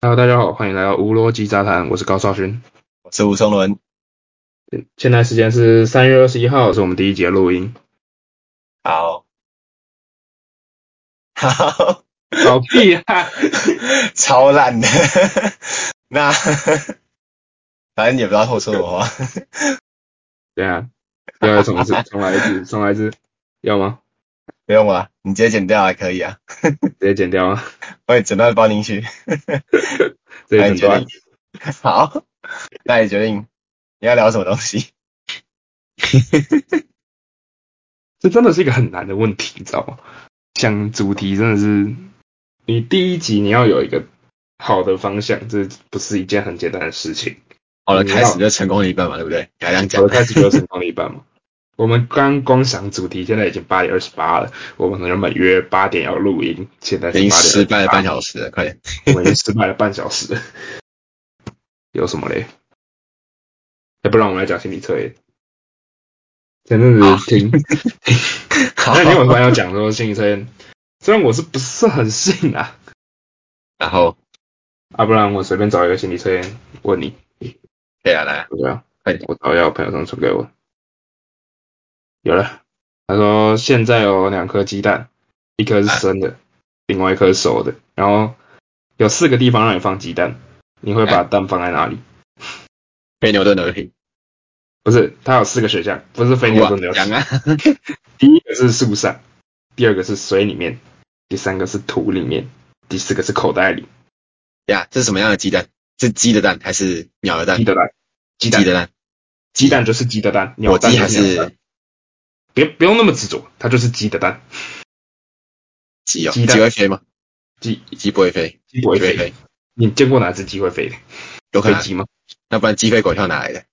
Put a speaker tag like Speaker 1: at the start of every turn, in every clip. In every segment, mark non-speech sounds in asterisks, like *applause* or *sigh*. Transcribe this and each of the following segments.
Speaker 1: Hello，大家好，欢迎来到无逻辑杂谈，我是高少勋。
Speaker 2: 我是吴松伦。
Speaker 1: 对现在时间是三月二十一号，是我们第一节录音。
Speaker 2: 好，好， *laughs*
Speaker 1: 搞屁啊！ *laughs*
Speaker 2: 超烂的。那反正也不知道偷说什么话。
Speaker 1: 对啊，要重来一次，重来一次，重来一次，要吗？
Speaker 2: 不用吧，你直接剪掉还可以啊。
Speaker 1: 直接剪掉啊，
Speaker 2: 我也整段包进去。
Speaker 1: 直接剪
Speaker 2: 那
Speaker 1: 断
Speaker 2: 你。好，那你决定你要聊什么东西？
Speaker 1: 这真的是一个很难的问题，你知道吗？想主题真的是，你第一集你要有一个好的方向，这不是一件很简单的事情。
Speaker 2: 好了，
Speaker 1: 你
Speaker 2: 开
Speaker 1: 要
Speaker 2: 始就成功了一半嘛，对不对？你还这样讲
Speaker 1: 我的，开始就成功了一半
Speaker 2: *laughs*
Speaker 1: 嘛。我们刚光想主题，现在已经八点二十八了。我们原本约八点要录音，现在
Speaker 2: 已
Speaker 1: 是
Speaker 2: 经
Speaker 1: 八点
Speaker 2: 失败了半小时了，快点。
Speaker 1: 我们已经失败了半小时了。 *laughs* 有什么嘞？要不然我们来讲心理测验。前阵子
Speaker 2: *laughs*
Speaker 1: 听，
Speaker 2: 好
Speaker 1: 那，天我突然要讲说心理测验，虽然我是不是很信啊，
Speaker 2: 然后
Speaker 1: 啊，不然我随便找一个心理测验问你，
Speaker 2: 对啊，来啊，
Speaker 1: 我这样，
Speaker 2: 快点
Speaker 1: 哎我找一下我朋友上传给我。有了，他说现在有两颗鸡蛋，一颗是生的，另外一颗是熟的，然后有四个地方让你放鸡蛋，你会把蛋放在哪里？
Speaker 2: 非牛顿的平，
Speaker 1: 不是，它有四个选项，不是非牛顿流
Speaker 2: 讲
Speaker 1: 体。
Speaker 2: 啊，
Speaker 1: 第一个是树上，第二个是水里面，第三个是土里面，第四个是口袋里。
Speaker 2: 呀，这是什么样的鸡蛋？是鸡的蛋还是鸟的蛋
Speaker 1: 鸡？的蛋，鸡蛋，
Speaker 2: 哎的蛋，
Speaker 1: 鸡蛋就是鸡的蛋，鸟
Speaker 2: 我
Speaker 1: 蛋
Speaker 2: 鸡还
Speaker 1: 就是鸟蛋
Speaker 2: 是
Speaker 1: 别不用那么执着，它就是鸡的蛋，
Speaker 2: 鸡哦？
Speaker 1: 鸡
Speaker 2: 鸡
Speaker 1: 蛋
Speaker 2: 会飞吗？
Speaker 1: 鸡
Speaker 2: 鸡不会飞，
Speaker 1: 鸡不会
Speaker 2: 鸡会
Speaker 1: 飞。
Speaker 2: 飞，
Speaker 1: 你见过哪只鸡会飞的？
Speaker 2: 有可
Speaker 1: 会
Speaker 2: 能。啊
Speaker 1: 鸡吗？
Speaker 2: 那不然鸡飞狗跳哪来的？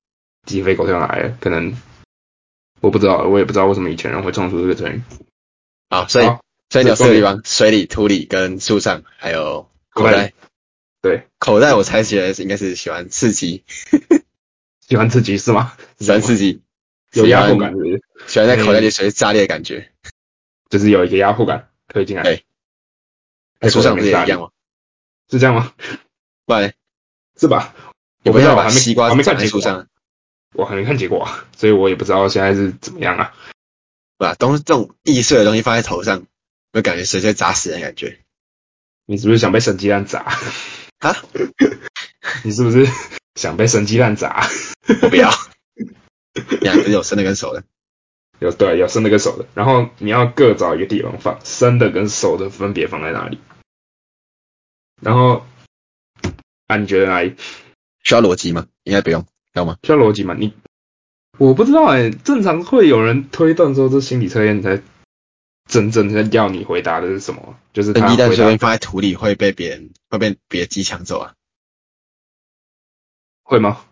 Speaker 1: 鸡飞狗跳哪来的？可能我不知道，我也不知道为什么以前人会创出这个成语。
Speaker 2: 好，所以
Speaker 1: 好
Speaker 2: 所以你有
Speaker 1: 这
Speaker 2: 四
Speaker 1: 重
Speaker 2: 个地
Speaker 1: 点
Speaker 2: 方：水里、土里、跟树上，还有口
Speaker 1: 口袋
Speaker 2: 袋
Speaker 1: 里。对，
Speaker 2: 口袋我猜起来是应该是喜欢刺激，
Speaker 1: 喜欢吃鸡是吗？
Speaker 2: 喜欢刺激，
Speaker 1: 有
Speaker 2: 喜欢
Speaker 1: 压迫感是不嗯是？
Speaker 2: 喜欢在口袋里随时炸裂的感觉。
Speaker 1: 就是有一个压迫感推进来。
Speaker 2: 对
Speaker 1: 哎，
Speaker 2: 树上不是也
Speaker 1: 大
Speaker 2: 一样吗？
Speaker 1: 是这样吗？ *laughs*
Speaker 2: 不然
Speaker 1: 是吧？
Speaker 2: 你
Speaker 1: 我
Speaker 2: 不
Speaker 1: 不知
Speaker 2: 要
Speaker 1: 道，我
Speaker 2: 把
Speaker 1: 还
Speaker 2: 西
Speaker 1: 没
Speaker 2: 瓜
Speaker 1: 我还没
Speaker 2: 长
Speaker 1: 看
Speaker 2: 在
Speaker 1: 结
Speaker 2: 树
Speaker 1: 果啊，
Speaker 2: 上，
Speaker 1: 我还没看结果啊，所以我也不知道现在是怎么样啊。
Speaker 2: 对吧？东这种易碎的东西放在头上，会感觉随时会砸死人的感觉。
Speaker 1: 你是不是想被生鸡蛋砸？ *laughs*
Speaker 2: 啊？
Speaker 1: 你是不是想被生鸡蛋砸？
Speaker 2: 我不要，两只有生的跟熟的。
Speaker 1: 有对，有生的跟熟的，然后你要各找一个地方放，生的跟熟的分别放在哪里？然后啊，你觉得哪里
Speaker 2: 需要逻辑吗？应该不用，要吗？
Speaker 1: 需要逻辑吗？你我不知道哎、正常会有人推断说这心理测验你才真正的要你回答的是什么？就是
Speaker 2: 那
Speaker 1: 他
Speaker 2: 呃鸡蛋
Speaker 1: 回
Speaker 2: 随
Speaker 1: 答
Speaker 2: 便放在土里会被别人会被别的鸡抢走啊，
Speaker 1: 会吗？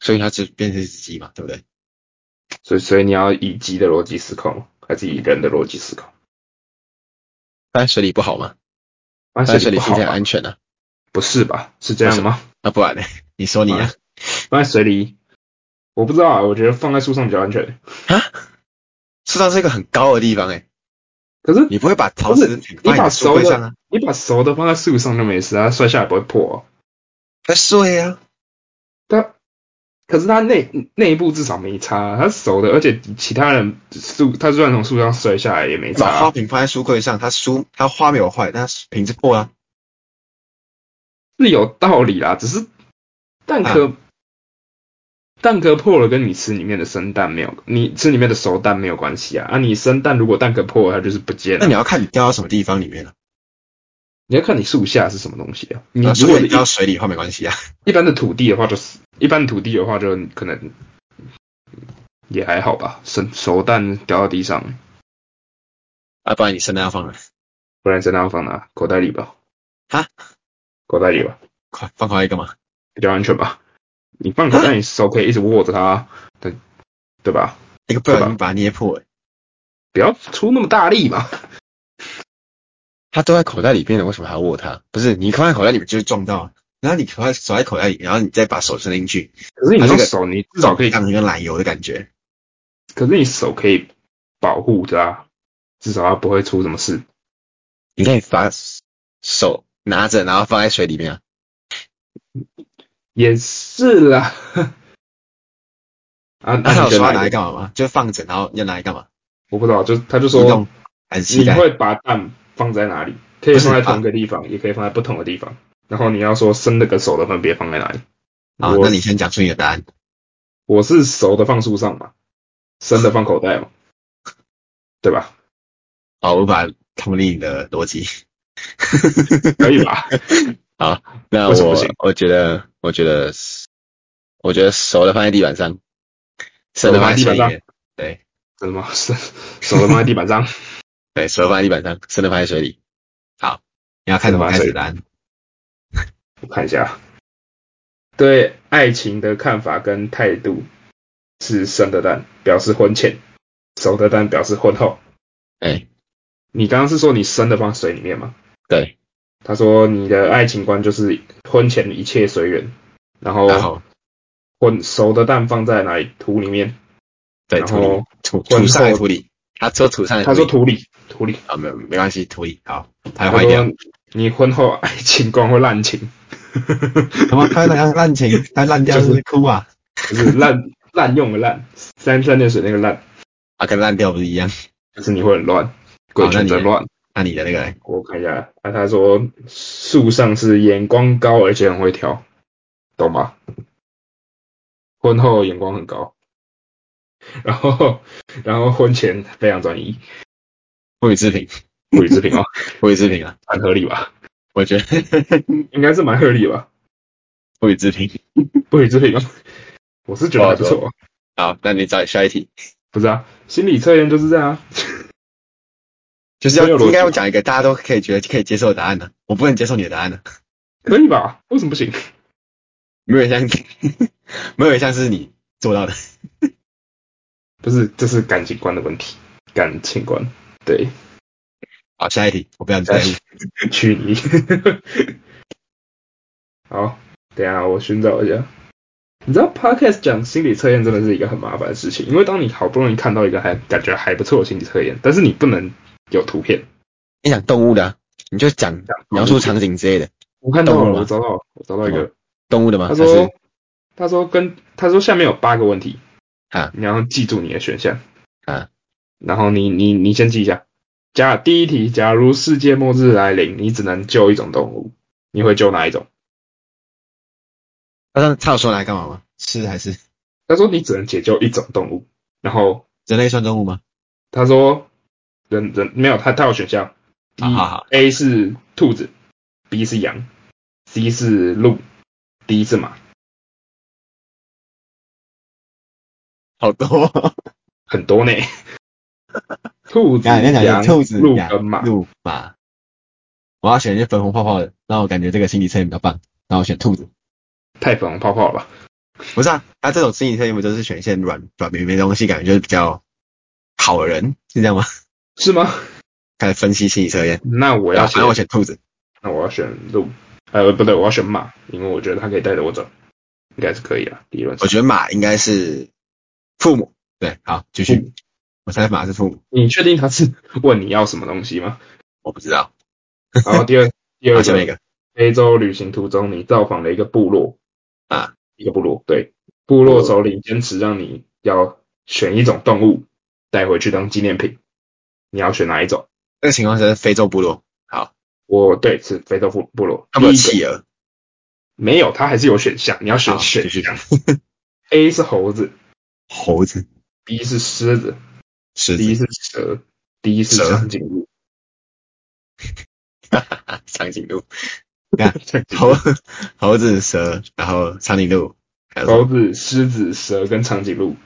Speaker 2: 所以它就变成一只鸡嘛，对不对？
Speaker 1: 所以所以你要以鸡的逻辑思考，还是以人的逻辑思考？
Speaker 2: 放在水里不好吗？
Speaker 1: 啊，
Speaker 2: 放在
Speaker 1: 水
Speaker 2: 水
Speaker 1: 里
Speaker 2: 里
Speaker 1: 不
Speaker 2: 是
Speaker 1: 好
Speaker 2: 不是很
Speaker 1: 吧？
Speaker 2: 安全啊？
Speaker 1: 不是吧？是这样的吗？
Speaker 2: 那不然呢？你说你啊，
Speaker 1: 放在水里，我不知道啊，我觉得放在树上比较安全。
Speaker 2: 树上是一个很高的地方哎、
Speaker 1: 可是
Speaker 2: 你不会把桃子
Speaker 1: 你把
Speaker 2: 放在你的树
Speaker 1: 熟
Speaker 2: 柜
Speaker 1: 的
Speaker 2: 上啊？
Speaker 1: 你把熟的放在树上就没事啊，它摔下来不会破、哦。
Speaker 2: 它碎啊，
Speaker 1: 但可是它内内部至少没差啊，它熟的，而且其他人树，它就算从树上摔下来也没
Speaker 2: 你
Speaker 1: 差
Speaker 2: 把
Speaker 1: 啊、
Speaker 2: 花瓶放在书柜上，它书它花没有坏，但它瓶子破啊。
Speaker 1: 是有道理啦。只是蛋
Speaker 2: 啊
Speaker 1: 壳、蛋壳破了，跟你吃里面的生蛋没有，你吃里面的熟蛋没有关系啊。啊，你生蛋如果蛋壳破了，它就是不见
Speaker 2: 那
Speaker 1: 了。
Speaker 2: 你要看你掉到什么地方里面啊了、
Speaker 1: 你要看你树下是什么东西啊。你
Speaker 2: 啊。
Speaker 1: 如
Speaker 2: 如
Speaker 1: 果
Speaker 2: 果
Speaker 1: 是
Speaker 2: 你
Speaker 1: 一
Speaker 2: 掉到水里的话没关系啊，
Speaker 1: 一般的土地的话，就是一般土地的话，就可能也还好吧。生熟蛋掉到地上，
Speaker 2: 啊，不然你生蛋要放了，
Speaker 1: 不然生蛋要放哪？口袋里吧。
Speaker 2: 啊？
Speaker 1: 口袋里吧，
Speaker 2: 快放快一个嘛。
Speaker 1: 比较安全吧。你放口袋，你手可以一直握着它，对对吧？
Speaker 2: 一个不小
Speaker 1: 对
Speaker 2: 心把它捏破、欸，
Speaker 1: 不要出那么大力嘛。
Speaker 2: 它都在口袋里边了，为什么还要握它？不是你放在口袋里面就是撞到啊，然后你口袋手在口袋里，然后你再把手伸进去，
Speaker 1: 可是你
Speaker 2: 它
Speaker 1: 用
Speaker 2: 这个
Speaker 1: 手，你至少可以，
Speaker 2: 像一个奶油的感觉。
Speaker 1: 可是你手可以保护着啊，至少它不会出什么事。
Speaker 2: 你可以把手拿着然后放在水里面啊。
Speaker 1: 也是啦。 *laughs* 啊，那
Speaker 2: 那他有
Speaker 1: 你觉
Speaker 2: 说
Speaker 1: 得哪
Speaker 2: 要拿
Speaker 1: 一
Speaker 2: 来
Speaker 1: 个？
Speaker 2: 干嘛吗？ *laughs* 就放着，然后要拿来干嘛？
Speaker 1: 我不知道，就他就
Speaker 2: 移动
Speaker 1: 说
Speaker 2: 还是期
Speaker 1: 你
Speaker 2: 待？
Speaker 1: 会把蛋放在哪里？可以
Speaker 2: 不是啊
Speaker 1: 放在同一
Speaker 2: 把
Speaker 1: 个地方，也可以放在不同的地方。然后你要说生那个熟的分别放在哪里？
Speaker 2: 好，
Speaker 1: 我
Speaker 2: 啊那你先讲出你的答案。
Speaker 1: 我是熟的放树上嘛，生的放口袋嘛，对吧？
Speaker 2: 好，我把同理你的逻 *laughs* 辑。
Speaker 1: 可以
Speaker 2: *laughs*
Speaker 1: 吧？
Speaker 2: 那
Speaker 1: 为什么不
Speaker 2: 我
Speaker 1: 行
Speaker 2: 我觉得，我觉得，我觉得熟的放在地板上，生的放在水里
Speaker 1: 熟的放在地
Speaker 2: 面。对
Speaker 1: 真的吗？生熟的放在地板上， *laughs*
Speaker 2: 对，熟的放在地板上，生的放在水里。好，你要开始
Speaker 1: 生的
Speaker 2: 吗？
Speaker 1: 放在
Speaker 2: 开
Speaker 1: 水
Speaker 2: 始
Speaker 1: 里
Speaker 2: 答案。
Speaker 1: 我看一下，对爱情的看法跟态度是生的蛋表示婚前，熟的蛋表示婚后。
Speaker 2: 哎，
Speaker 1: 你刚刚是说你生的放水里面吗？
Speaker 2: 对，
Speaker 1: 他说你的爱情观就是婚前一切随缘，然
Speaker 2: 然
Speaker 1: 后
Speaker 2: 后
Speaker 1: 混熟的蛋放在哪里土里面，
Speaker 2: 对
Speaker 1: 然
Speaker 2: 土里
Speaker 1: 后
Speaker 2: 土
Speaker 1: 混
Speaker 2: 土上的
Speaker 1: 后
Speaker 2: 土里，他说土上的
Speaker 1: 他说
Speaker 2: 里
Speaker 1: 土里土里，
Speaker 2: 啊，没有没关系，土里好，它
Speaker 1: 他
Speaker 2: 会坏掉
Speaker 1: 说。你婚后爱情观会滥情， *laughs*
Speaker 2: 什么？它烂烂 *laughs* 情，它烂掉
Speaker 1: 就是
Speaker 2: 是哭啊？
Speaker 1: 就是滥滥用的滥，三三点水那个滥，
Speaker 2: 啊，跟烂掉不是一样？
Speaker 1: 就是你会很乱，鬼
Speaker 2: 那
Speaker 1: 圈
Speaker 2: 你
Speaker 1: 真乱。
Speaker 2: 那你的那个嘞
Speaker 1: 我看一下，那、他说树上是眼光高而且很会挑，懂吗？婚后眼光很高，然后然后婚前非常专一，
Speaker 2: 物以制品，
Speaker 1: 物以制品哦，
Speaker 2: 物以制品啊，
Speaker 1: 蛮合理吧？
Speaker 2: 我觉得
Speaker 1: *laughs*
Speaker 2: *laughs*
Speaker 1: 应该是蛮合理吧？
Speaker 2: 物以制品。
Speaker 1: 不予置评啊。 *laughs* 我是觉得还不错啊，
Speaker 2: 好，那你找下一题，
Speaker 1: 不是啊，心理测验就是这样啊。
Speaker 2: 就是要
Speaker 1: 没有逻辑
Speaker 2: 应该要讲一个大家都可以觉得可以接受的答案的、我不能接受你的答案的、啊
Speaker 1: 可以吧？为什么不行？
Speaker 2: 没有一项， *laughs* 没有一项是你做到的。
Speaker 1: 不是，这是感情观的问题，感情观。对，
Speaker 2: 好，下一题，我不要你在乎。
Speaker 1: 去你。 *laughs* 好，等一下啊我寻找一下。你知道 podcast 讲心理测验真的是一个很麻烦的事情，因为当你好不容易看到一个还感觉还不错的心理测验，但是你不能有图片。
Speaker 2: 你讲动物的、啊，你就讲描述场景之类的，
Speaker 1: 我看到
Speaker 2: 动
Speaker 1: 了，
Speaker 2: 物吗
Speaker 1: 我找到了，我找到一个。
Speaker 2: 动物的吗？
Speaker 1: 他
Speaker 2: 还是
Speaker 1: 说，他说跟他说下面有八个问题，
Speaker 2: 啊
Speaker 1: 你要记住你的选项
Speaker 2: 啊，
Speaker 1: 然后你你你先记一下。假第一题，假如世界末日来临，你只能救一种动物，你会救哪一种？
Speaker 2: 他说他有说来干嘛吗？吃还是
Speaker 1: 他说你只能解救一种动物，然后
Speaker 2: 人类算动物吗？
Speaker 1: 他说人人没有他他有选项，第
Speaker 2: 好
Speaker 1: 一
Speaker 2: 啊好好
Speaker 1: A 是兔子，B 是羊，C 是鹿，D 是马，
Speaker 2: 好多、哦。
Speaker 1: 很
Speaker 2: *laughs*
Speaker 1: 多呢。兔子、
Speaker 2: 刚才讲
Speaker 1: 羊、
Speaker 2: 的兔子、
Speaker 1: 鹿
Speaker 2: 羊
Speaker 1: 跟马，
Speaker 2: 鹿马。我要选一些粉红泡泡的，让我感觉这个心理测验比较棒。然后我选兔子。
Speaker 1: 太粉红泡泡了吧？
Speaker 2: 不是啊，他、这种心理测验不就是选一些软软绵绵的东西，感觉就是比较好的人，是这样吗？
Speaker 1: 是吗？
Speaker 2: 开始分析心理测验。
Speaker 1: 那我
Speaker 2: 我
Speaker 1: 要
Speaker 2: 反
Speaker 1: 选，
Speaker 2: 啊正我选兔子。
Speaker 1: 那我要选鹿，呃，不对，我要选马，因为我觉得它可以带着我走，应该是可以啊，理论
Speaker 2: 我
Speaker 1: 上。
Speaker 2: 觉得马应该是父母。对，好，继续。我猜马是父母，
Speaker 1: 你确定他是问你要什么东西
Speaker 2: *laughs*
Speaker 1: 吗？
Speaker 2: 我不知道。
Speaker 1: 然后第二第
Speaker 2: 好，
Speaker 1: 二
Speaker 2: 下面一
Speaker 1: 个，
Speaker 2: 个
Speaker 1: 非洲旅行途中你造访了一个部落，
Speaker 2: 啊，
Speaker 1: 一个部落，对，部落首领坚持让你要选一种动物带回去当纪念品，你要选哪一种？
Speaker 2: 这个情况是非洲部落，
Speaker 1: 我对是非洲部部落，
Speaker 2: 他们有
Speaker 1: 第一个啊
Speaker 2: 企鹅。
Speaker 1: 没有，它还是有选项，你要选
Speaker 2: 好
Speaker 1: 选
Speaker 2: 继续
Speaker 1: 项。A 是猴子
Speaker 2: 猴子、
Speaker 1: ，B 是狮子，
Speaker 2: 狮
Speaker 1: 第一 *laughs*
Speaker 2: 子、
Speaker 1: 是蛇，第一是长颈鹿，
Speaker 2: 长颈鹿、
Speaker 1: 长颈
Speaker 2: 猴
Speaker 1: 鹿
Speaker 2: 猴子、蛇，然后长颈鹿，还有什么
Speaker 1: 猴子、狮子、蛇跟长颈鹿，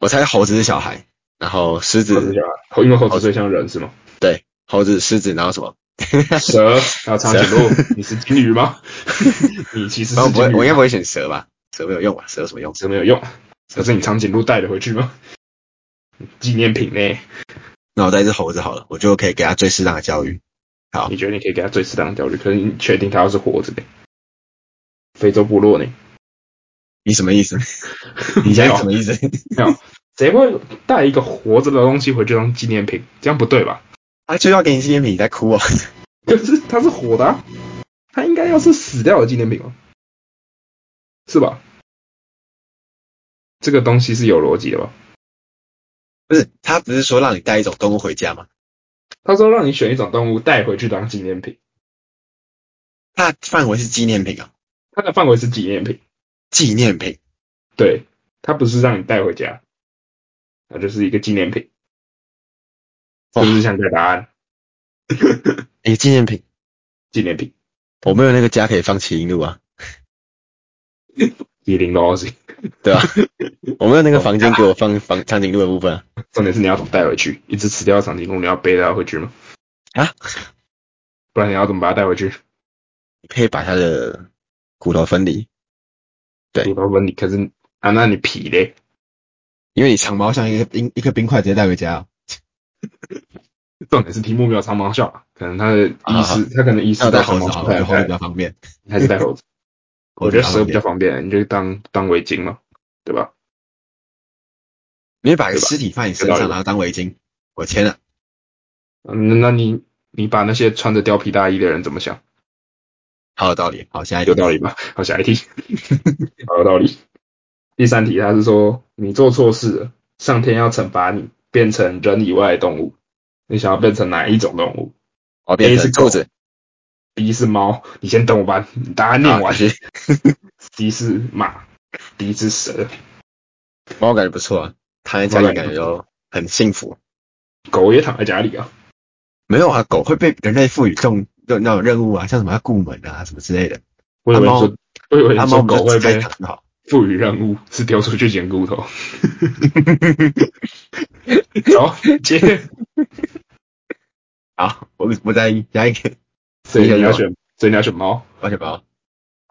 Speaker 2: 我猜猴子是小孩，然后狮
Speaker 1: 猴子
Speaker 2: 子
Speaker 1: 小啊孩，因为猴子最像人是吗？
Speaker 2: 对，猴子、狮子，然后
Speaker 1: *laughs*
Speaker 2: 什么？
Speaker 1: 蛇还有长颈鹿，你是金鱼
Speaker 2: *laughs*
Speaker 1: 吗？你其实
Speaker 2: 然后
Speaker 1: 是
Speaker 2: 不会
Speaker 1: 金，
Speaker 2: 我
Speaker 1: 鱼
Speaker 2: 应该不
Speaker 1: 吗，
Speaker 2: 会选蛇吧？蛇没有用吧？蛇有什么用？
Speaker 1: 蛇没有用，可是你长颈鹿带了回去吗？纪念品呢？
Speaker 2: 那我带一只猴子好了，我就可以给它最适当的教育。好
Speaker 1: 你觉得你可以给它最适当的教育，可是你确定它要是活着的？非洲部落呢？
Speaker 2: 你什么
Speaker 1: *laughs*
Speaker 2: 意思？你现
Speaker 1: 没
Speaker 2: 在
Speaker 1: 有
Speaker 2: 什么意思？
Speaker 1: 谁会带一个活着的东西回去当纪念品？这样不对吧？啊
Speaker 2: 他就要给你纪念品，你在哭哦。
Speaker 1: 可是它是火的、啊，它应该要是死掉的纪念品哦，是吧？这个东西是有逻辑的吧？
Speaker 2: 不是，他不是说让你带一种动物回家吗？
Speaker 1: 他说让你选一种动物带回去当纪念品，
Speaker 2: 它范围是纪念品啊，
Speaker 1: 它的范围是纪念品，
Speaker 2: 纪念品。
Speaker 1: 对，它不是让你带回家，那就是一个纪念品。是
Speaker 2: 哇
Speaker 1: 不是想给答案？ *laughs*
Speaker 2: 诶，哎纪念品，
Speaker 1: 纪念品，
Speaker 2: 我没有那个家可以放麒麟鹿啊，
Speaker 1: 一零东西，
Speaker 2: 对吧、 *laughs* 我没有那个房间给我放放长颈鹿的部分啊。
Speaker 1: 重点是你要怎么带回去？一只吃掉的长颈鹿，你要背着它回去吗？
Speaker 2: 啊，
Speaker 1: 不然你要怎么把它带回去？
Speaker 2: 你可以把它的骨头分离，对
Speaker 1: 骨头分离，可是啊，那你皮嘞？
Speaker 2: 因为你长毛像一个冰一个冰块直接带回家、啊，
Speaker 1: 重点是题目没有长毛象啊，可能他的意
Speaker 2: 啊
Speaker 1: 思，他可能意
Speaker 2: 还
Speaker 1: 识
Speaker 2: 有带
Speaker 1: 到长
Speaker 2: 猴子
Speaker 1: 毛
Speaker 2: 好
Speaker 1: 象
Speaker 2: 了，我觉
Speaker 1: 带
Speaker 2: 得猴子比
Speaker 1: 带
Speaker 2: 较方便。
Speaker 1: *laughs* 还是带猴
Speaker 2: *laughs*
Speaker 1: 子？我觉得蛇比较
Speaker 2: 方便，
Speaker 1: 方便，你就当当围巾嘛，对吧？
Speaker 2: 你把
Speaker 1: 对吧
Speaker 2: 尸体放你身
Speaker 1: 有道
Speaker 2: 上，
Speaker 1: 理
Speaker 2: 然后当围巾，我签了。
Speaker 1: 嗯，那你你把那些穿着貂皮大衣的人怎么想？
Speaker 2: 好有道理，好，下一
Speaker 1: 有
Speaker 2: 个
Speaker 1: 道理吧？好，下一题， *laughs* 好有道理。第三题，他是说你做错事了，上天要惩罚你，变成人以外的动物。你想要变成哪一种动物
Speaker 2: 我变
Speaker 1: A
Speaker 2: 成
Speaker 1: 是狗
Speaker 2: 兔子，
Speaker 1: ？B 是猫，你先等我把答案念完
Speaker 2: 啊。是
Speaker 1: C 是马，D 是蛇。
Speaker 2: 猫感觉不错啊，躺在家里感觉就很幸福。
Speaker 1: 狗也躺在家里啊，
Speaker 2: 没有啊，狗会被人类赋予重那那种任务啊，像什么要顾门啊什么之类的。
Speaker 1: 我以为你
Speaker 2: 啊猫
Speaker 1: 说，我以为
Speaker 2: 它
Speaker 1: 你
Speaker 2: 猫
Speaker 1: 说
Speaker 2: 我
Speaker 1: 狗
Speaker 2: 们就
Speaker 1: 会
Speaker 2: 只开
Speaker 1: 被
Speaker 2: 躺
Speaker 1: *laughs*
Speaker 2: 就 *laughs* 好。
Speaker 1: 赋予任务，是丢出去捡骨头。
Speaker 2: *laughs*
Speaker 1: 好，接，
Speaker 2: 好，我我再加一个，
Speaker 1: 所以
Speaker 2: 一个
Speaker 1: 你要
Speaker 2: 人
Speaker 1: 选，所以你要选猫。
Speaker 2: 我选猫。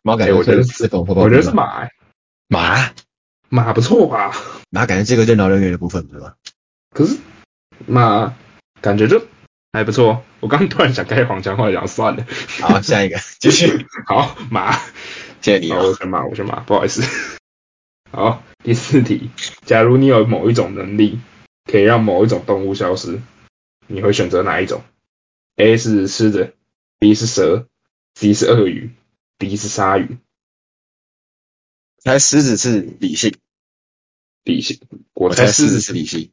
Speaker 2: 猫感
Speaker 1: 哎
Speaker 2: 觉
Speaker 1: 我觉得
Speaker 2: 会是缝缝缝
Speaker 1: 我觉得是马、欸，
Speaker 2: 马，
Speaker 1: 马不错吧？
Speaker 2: 马感觉这个任劳任怨的部分，对吧？
Speaker 1: 可是马感觉就还不错。我刚突然想开黄腔，后来想算了。
Speaker 2: 好，下一个继续，
Speaker 1: 好，马，
Speaker 2: 谢谢你
Speaker 1: 好，
Speaker 2: 哦。
Speaker 1: 我选马，我选马，不好意思。 *laughs* 好，第四题，假如你有某一种能力，可以让某一种动物消失，你会选择哪一种？A 是狮子，B 是蛇，C 是鳄鱼，D 是鲨鱼。
Speaker 2: 猜狮子是理性，
Speaker 1: 理性，
Speaker 2: 我
Speaker 1: 我
Speaker 2: 猜
Speaker 1: 猜
Speaker 2: 狮
Speaker 1: 狮
Speaker 2: 子
Speaker 1: 子，
Speaker 2: 是理性，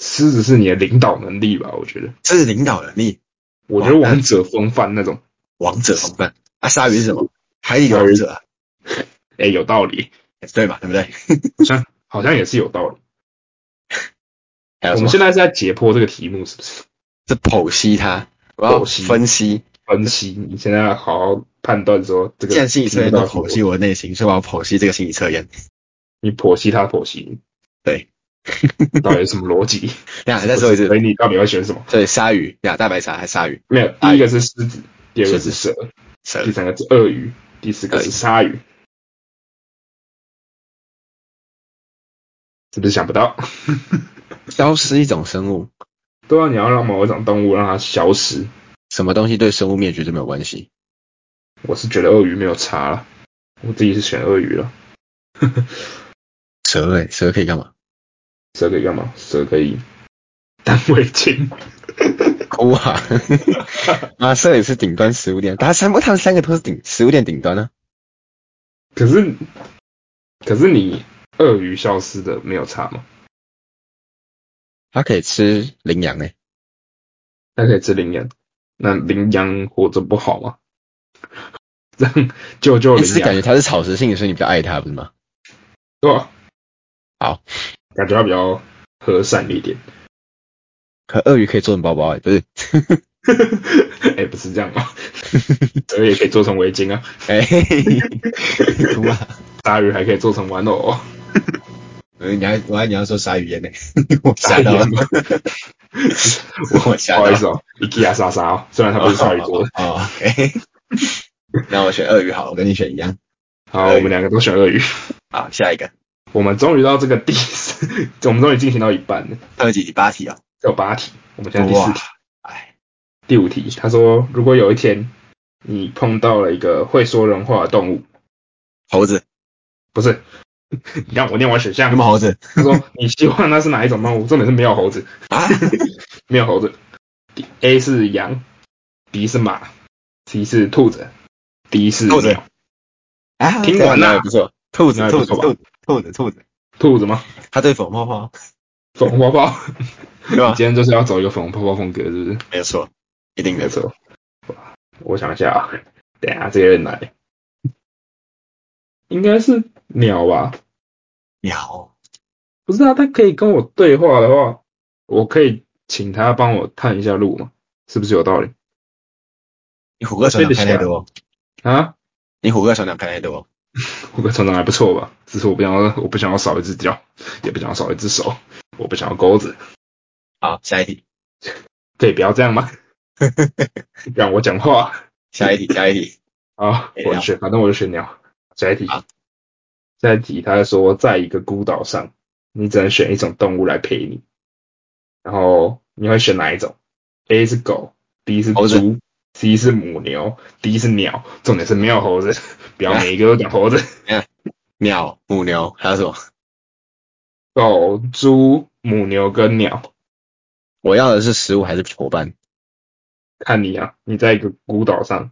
Speaker 1: 狮子是你的领导能力吧？我觉得，
Speaker 2: 这是领导能力，
Speaker 1: 我觉
Speaker 2: 哦
Speaker 1: 得王者风范那种，
Speaker 2: 王者风范。啊，鲨鱼是什么？海底的王者啊，
Speaker 1: 哎，有道理。
Speaker 2: 对吧？对不对？
Speaker 1: 好像好像也是有道理。
Speaker 2: 还有
Speaker 1: 我们
Speaker 2: 什么？
Speaker 1: 现在是在解剖这个题目，是不是？
Speaker 2: 是剖析它，我要
Speaker 1: 剖析
Speaker 2: 分析。
Speaker 1: 分析，你现在要好好判断说这个
Speaker 2: 既然心理测验都
Speaker 1: 到
Speaker 2: 剖析，我的内心，所以我要剖析这个心理测验。 *laughs*
Speaker 1: 你剖析它剖析，
Speaker 2: 对，
Speaker 1: 到底是什么逻
Speaker 2: *laughs*
Speaker 1: 辑？
Speaker 2: 等一下再说一次
Speaker 1: 所，以你到底会选什么？
Speaker 2: 对，鲨鱼，呀，大白鲨还是鲨鱼，
Speaker 1: 没有，第一个是狮子，第二个是
Speaker 2: 哎狮哎
Speaker 1: 蛇，
Speaker 2: 蛇
Speaker 1: 第，三个是鳄鱼，第四个是鲨鱼。是不是想不
Speaker 2: *laughs*
Speaker 1: 到？
Speaker 2: 消失一种生物，
Speaker 1: 对啊，你要让某一种动物让它消失，
Speaker 2: 什么东西对生物灭绝都没有关系。
Speaker 1: 我是觉得鳄鱼没有差了，我自己是选鳄鱼了。
Speaker 2: 蛇哎、蛇可以干 *laughs* 嘛？
Speaker 1: 蛇可以干嘛？蛇可以当围巾。
Speaker 2: 哭啊！ *laughs* 啊，蛇也是顶端食物链，它三不，它们三个都是顶食物链顶端啊。
Speaker 1: *laughs* 可是，可是你鳄鱼消失的没有差吗？
Speaker 2: 它可以吃羚羊哎、
Speaker 1: 它可以吃羚羊，那羚羊活着不好吗？ *laughs* 让救救
Speaker 2: 你
Speaker 1: 羚
Speaker 2: 是感觉
Speaker 1: 羊，
Speaker 2: 它是草食性的，所以你比较爱它，不是吗？
Speaker 1: 对吧？
Speaker 2: 好，
Speaker 1: 感觉它比较和善一点。 *laughs*
Speaker 2: 可鳄鱼可以做成包包哎、 *laughs* 不是？
Speaker 1: 哎、不是这样吗？蛇也可以做成围巾啊，
Speaker 2: *laughs* 哎、嘿嘿嘿哭啊！
Speaker 1: 鲨鱼还可以做成玩偶、哦，
Speaker 2: 呃你还我还你要说鲨鱼 *laughs* 烟呢、我
Speaker 1: 鲨
Speaker 2: 吓
Speaker 1: 鱼
Speaker 2: 到了
Speaker 1: 啊。
Speaker 2: *laughs* 我
Speaker 1: 不
Speaker 2: 吓到
Speaker 1: 好
Speaker 2: 了
Speaker 1: 意思哦，IKEA 莎莎哦，虽然它不是鲨鱼做的。
Speaker 2: 哦，OK。那我选鳄鱼好，我跟你选一样。
Speaker 1: 好，我们两个都选鳄鱼。
Speaker 2: 好，下一个
Speaker 1: 我们终于到这个第四，我们终于进行到一半了，
Speaker 2: 特辑第八题哦。
Speaker 1: 有八题，我们现在第四题。
Speaker 2: 哎，
Speaker 1: 第五题，他说，如果有一天你碰到了一个会说人话的动物，
Speaker 2: 猴子，
Speaker 1: 不是， *laughs* 你让我念完选项
Speaker 2: 什。么猴子
Speaker 1: 他说，你希望它是哪一种动物？重点是没有猴子，
Speaker 2: 啊？
Speaker 1: 没有猴子。A 是羊，B 是马 C 是兔子，D 是
Speaker 2: 兔子
Speaker 1: 鸟
Speaker 2: *laughs* 啊，
Speaker 1: 听完了
Speaker 2: 了，不错，兔子
Speaker 1: 那还
Speaker 2: 兔
Speaker 1: 不
Speaker 2: 子
Speaker 1: 错吧
Speaker 2: 兔子兔子兔子，
Speaker 1: 兔子吗？
Speaker 2: 他对粉泡泡，
Speaker 1: 粉红泡泡，
Speaker 2: 啊对吧？
Speaker 1: 今天就是要走一个粉红泡泡风格，是不是？
Speaker 2: 没有错，一定没
Speaker 1: 没
Speaker 2: 错。
Speaker 1: 错。我想一下啊，等一下这个人来，应该是鸟吧？
Speaker 2: 鸟，
Speaker 1: 不是啊，他可以跟我对话的话，我可以请他帮我探一下路嘛？是不是有道理
Speaker 2: 你虎哥船长开太多，
Speaker 1: 啊？
Speaker 2: 你虎哥船长开太多，
Speaker 1: 我跟船长还不错吧？只是我不想要，我不想要少一只脚，也不想要少一只手，我不想要钩子，
Speaker 2: 好，下一题，
Speaker 1: 可以不要这样吗？让我讲话
Speaker 2: 下一 *laughs* 题，下一题，
Speaker 1: 啊！
Speaker 2: 可以啊
Speaker 1: 我就选，反正我就选鸟。下一题
Speaker 2: 好，
Speaker 1: 下一题，他说在一个孤岛上，你只能选一种动物来陪你，然后你会选哪一种？A 是狗，B 是
Speaker 2: 猴子
Speaker 1: 猪，C 是母牛，D 是鸟，重点是没有猴子，不要每一个都讲猴子。
Speaker 2: 鸟、母牛还有什么？
Speaker 1: 狗、猪、母牛跟鸟。
Speaker 2: 我要的是食物还是伙伴？
Speaker 1: 看你啊，你在一个孤岛上，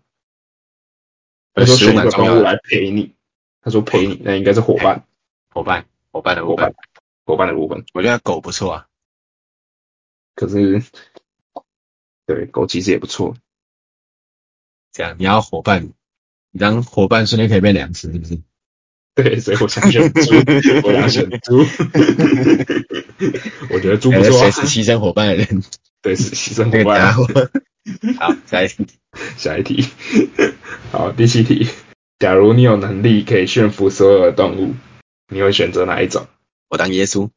Speaker 1: 他
Speaker 2: 呃
Speaker 1: 说
Speaker 2: 食物
Speaker 1: 选一
Speaker 2: 蛮
Speaker 1: 个
Speaker 2: 重
Speaker 1: 动
Speaker 2: 要
Speaker 1: 物
Speaker 2: 的，
Speaker 1: 来陪你，他说陪你，那应该是伙伴，
Speaker 2: 伙伴，伙伴的
Speaker 1: 伙
Speaker 2: 哎伙伴
Speaker 1: 伴，，伙伴的部分。
Speaker 2: 我觉得狗不错啊，
Speaker 1: 可是，对狗其实也不错，
Speaker 2: 这样你要伙伴，你当伙伴瞬间可以变粮食，是不是？
Speaker 1: 对，所以我想选
Speaker 2: *laughs*
Speaker 1: 猪，我想选猪， *laughs* 我觉得猪不错、
Speaker 2: 哎
Speaker 1: 啊
Speaker 2: 谁是，牺牲伙伴的 *laughs* 人？
Speaker 1: 对，是牺牲
Speaker 2: 那
Speaker 1: 伙
Speaker 2: 个
Speaker 1: 伴、
Speaker 2: 家
Speaker 1: 啊。
Speaker 2: 伙。 *laughs* 好，下一题，
Speaker 1: 下一题，好，第七题，假如你有能力可以驯服所有的动物，你会选择哪一种？
Speaker 2: 我当耶稣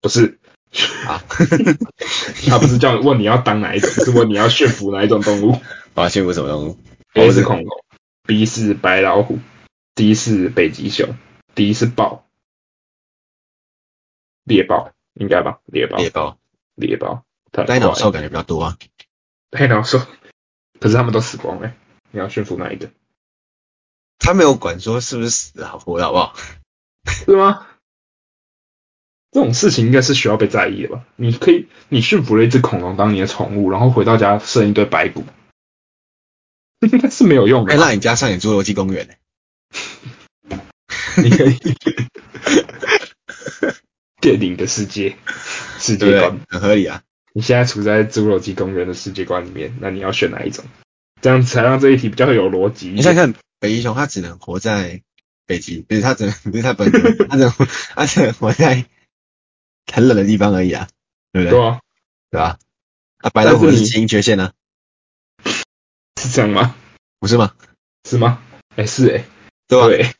Speaker 1: 不是，
Speaker 2: *laughs* 啊！
Speaker 1: 他不是叫你问你要当哪一种，是问你要驯服哪一种动物。
Speaker 2: 我要驯服什么动物？
Speaker 1: A 是恐龙，B 是白老虎，D 是北极熊，D 是豹，猎豹应该吧？猎豹，
Speaker 2: 猎豹、
Speaker 1: 猎豹，它很
Speaker 2: 呆脑
Speaker 1: 快
Speaker 2: 兽感觉比较多啊。
Speaker 1: 呆脑兽，可是他们都死光了、欸你要驯服哪一个？
Speaker 2: 他没有管说是不是死好活的好不好？
Speaker 1: 是吗？这种事情应该是需要被在意的吧？你可以，你驯服了一只恐龙当你的宠物，然后回到家剩一堆白骨， *laughs* 应该是没有用
Speaker 2: 哎，
Speaker 1: 的吧。
Speaker 2: *laughs* 那你家上演侏罗纪公园 *laughs* 呢？
Speaker 1: 你可以 *laughs* 电影的世界世
Speaker 2: 对
Speaker 1: 界
Speaker 2: 不对
Speaker 1: 观，？
Speaker 2: 很合理啊。
Speaker 1: 你现在处在侏罗纪公园的世界观里面，那你要选哪一种？这样才让这一题比较有逻辑
Speaker 2: 你
Speaker 1: 一
Speaker 2: 想
Speaker 1: 点。
Speaker 2: 想看，北极熊它只能活在北极，不是它只能不是它本能，它只 *laughs* 能它只能活在很冷的地方而已啊，对
Speaker 1: 对
Speaker 2: 不对？
Speaker 1: 啊，
Speaker 2: 对吧？啊，白老虎
Speaker 1: 但是
Speaker 2: 是
Speaker 1: 你
Speaker 2: 基因缺陷啊，
Speaker 1: 是这样吗？
Speaker 2: 不是吗？
Speaker 1: 是吗？哎、是哎、
Speaker 2: 对吧？
Speaker 1: 对。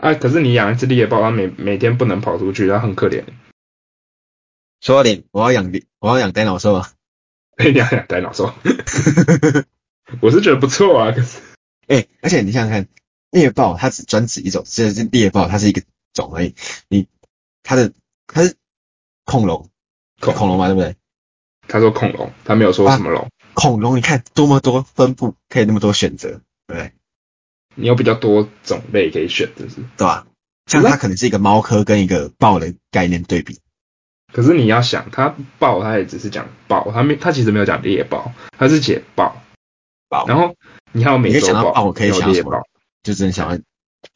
Speaker 1: 啊，可是你养一只猎豹，它每每天不能跑出去，它很可怜。 *laughs*
Speaker 2: 说到点，我要养我要养呆脑兽 *laughs* 啊。
Speaker 1: 哎，你要养呆脑兽，我是觉得不错啊。可是，
Speaker 2: 哎、而且你想想看，猎豹它只专指一种，这是猎豹，它是一个种而已。你它的它是恐龙，
Speaker 1: 恐
Speaker 2: 恐龙嘛，对不对？
Speaker 1: 他说恐龙，他没有
Speaker 2: 啊
Speaker 1: 说什么龙。
Speaker 2: 恐龙，你看多么多分布，可以那么多选择，对不对？
Speaker 1: 你有比较多种类可以选，是不是？
Speaker 2: 对吧？像它可能是一个猫科跟一个豹的概念对比，
Speaker 1: 可是你要想，他豹，他也只是讲豹，他没，他其实没有讲猎豹，他是写豹。
Speaker 2: 豹
Speaker 1: 然后你还有美
Speaker 2: 你可以
Speaker 1: 洲
Speaker 2: 想到
Speaker 1: 豹，
Speaker 2: 豹我可以
Speaker 1: 有
Speaker 2: 想到
Speaker 1: 猎
Speaker 2: 什么
Speaker 1: 豹，
Speaker 2: 就真的想要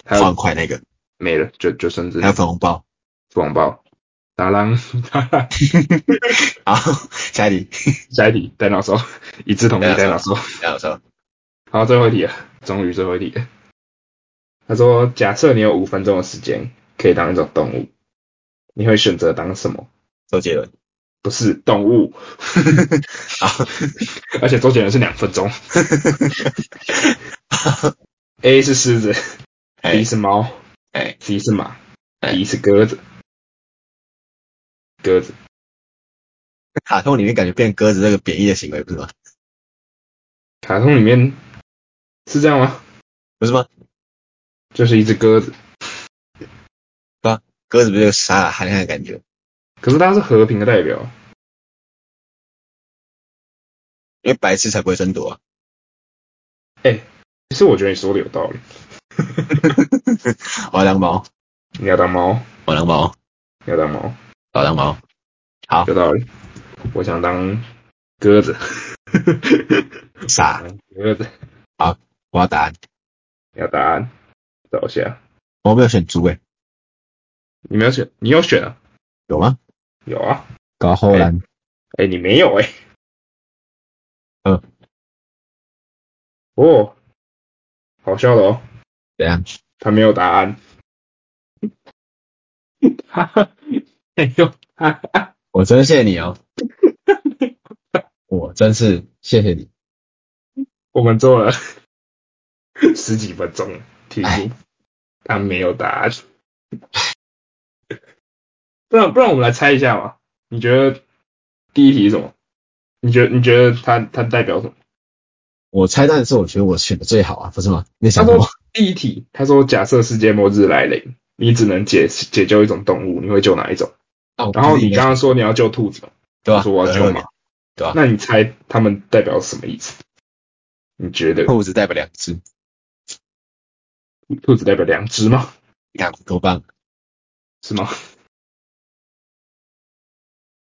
Speaker 1: 还
Speaker 2: 方
Speaker 1: 有
Speaker 2: 块那个，
Speaker 1: 没了，就就甚至
Speaker 2: 还有粉红豹。
Speaker 1: 网豹、达 *laughs* 朗、达朗。
Speaker 2: 好，下一题，啊
Speaker 1: 下一题，呆脑兽，一致同意呆脑兽。
Speaker 2: 呆脑兽，
Speaker 1: 好，最后一题了，终于最后一题了。他说：“假设你有五分钟的时间可以当一种动物，你会选择当什么？
Speaker 2: 周杰伦。
Speaker 1: 不是动物， *laughs*
Speaker 2: 好，
Speaker 1: 而且周杰伦是两分钟。A 是狮子
Speaker 2: 哎
Speaker 1: ，B 是猫
Speaker 2: 哎，
Speaker 1: ，C 是马
Speaker 2: 哎
Speaker 1: ，D 是鸽子。鸽子，
Speaker 2: 卡通里面感觉变鸽子这个贬义的行为不是吗？
Speaker 1: 卡通里面是这样吗？
Speaker 2: 不是吗？
Speaker 1: 就是一只鸽子，
Speaker 2: 鸽子不是有沙拉含量的感觉？
Speaker 1: 可是它是和平的代表。
Speaker 2: 因为白痴才不会争夺、啊。
Speaker 1: 其实我觉得你说的有道理。
Speaker 2: *laughs* 我要当猫，
Speaker 1: 你要当猫，
Speaker 2: 我要当猫，
Speaker 1: 你要当猫。”
Speaker 2: 我要当猫。
Speaker 1: 有道理。我想当鸽子， *laughs*
Speaker 2: 傻，
Speaker 1: 鸽子，
Speaker 2: 好，我要答案。
Speaker 1: 要答案，找一下。
Speaker 2: 我没有选猪诶、欸
Speaker 1: 你没有选，你有选啊？
Speaker 2: 有吗？
Speaker 1: 有啊。
Speaker 2: 搞后栏，
Speaker 1: 哎、你没有哎、
Speaker 2: 嗯。
Speaker 1: 哦，好笑的哦，
Speaker 2: 怎样？
Speaker 1: 他没有答案。他没有答案。
Speaker 2: 我真谢谢你哦，我真是谢谢你。
Speaker 1: 我们做了十几分钟题目，他没有答案。不然不然我们来猜一下嘛？你觉得第一题是什么？你觉得你觉得它它代表什么？
Speaker 2: 我猜但是我觉得我选的最好啊，不是吗？你
Speaker 1: 他
Speaker 2: 想
Speaker 1: 说
Speaker 2: 我
Speaker 1: 第一题，他说假设世界末日来临，你只能解解救一种动物，你会救哪一种？
Speaker 2: 哦
Speaker 1: 啊然后你刚刚说你要救兔子嘛，
Speaker 2: 对吧？
Speaker 1: 我说我要救马，
Speaker 2: 对吧？啊
Speaker 1: 那你猜他们代表什么意思？你觉得
Speaker 2: 兔子代表两只，
Speaker 1: 兔子代表良知吗？
Speaker 2: 你看多棒！
Speaker 1: 是吗？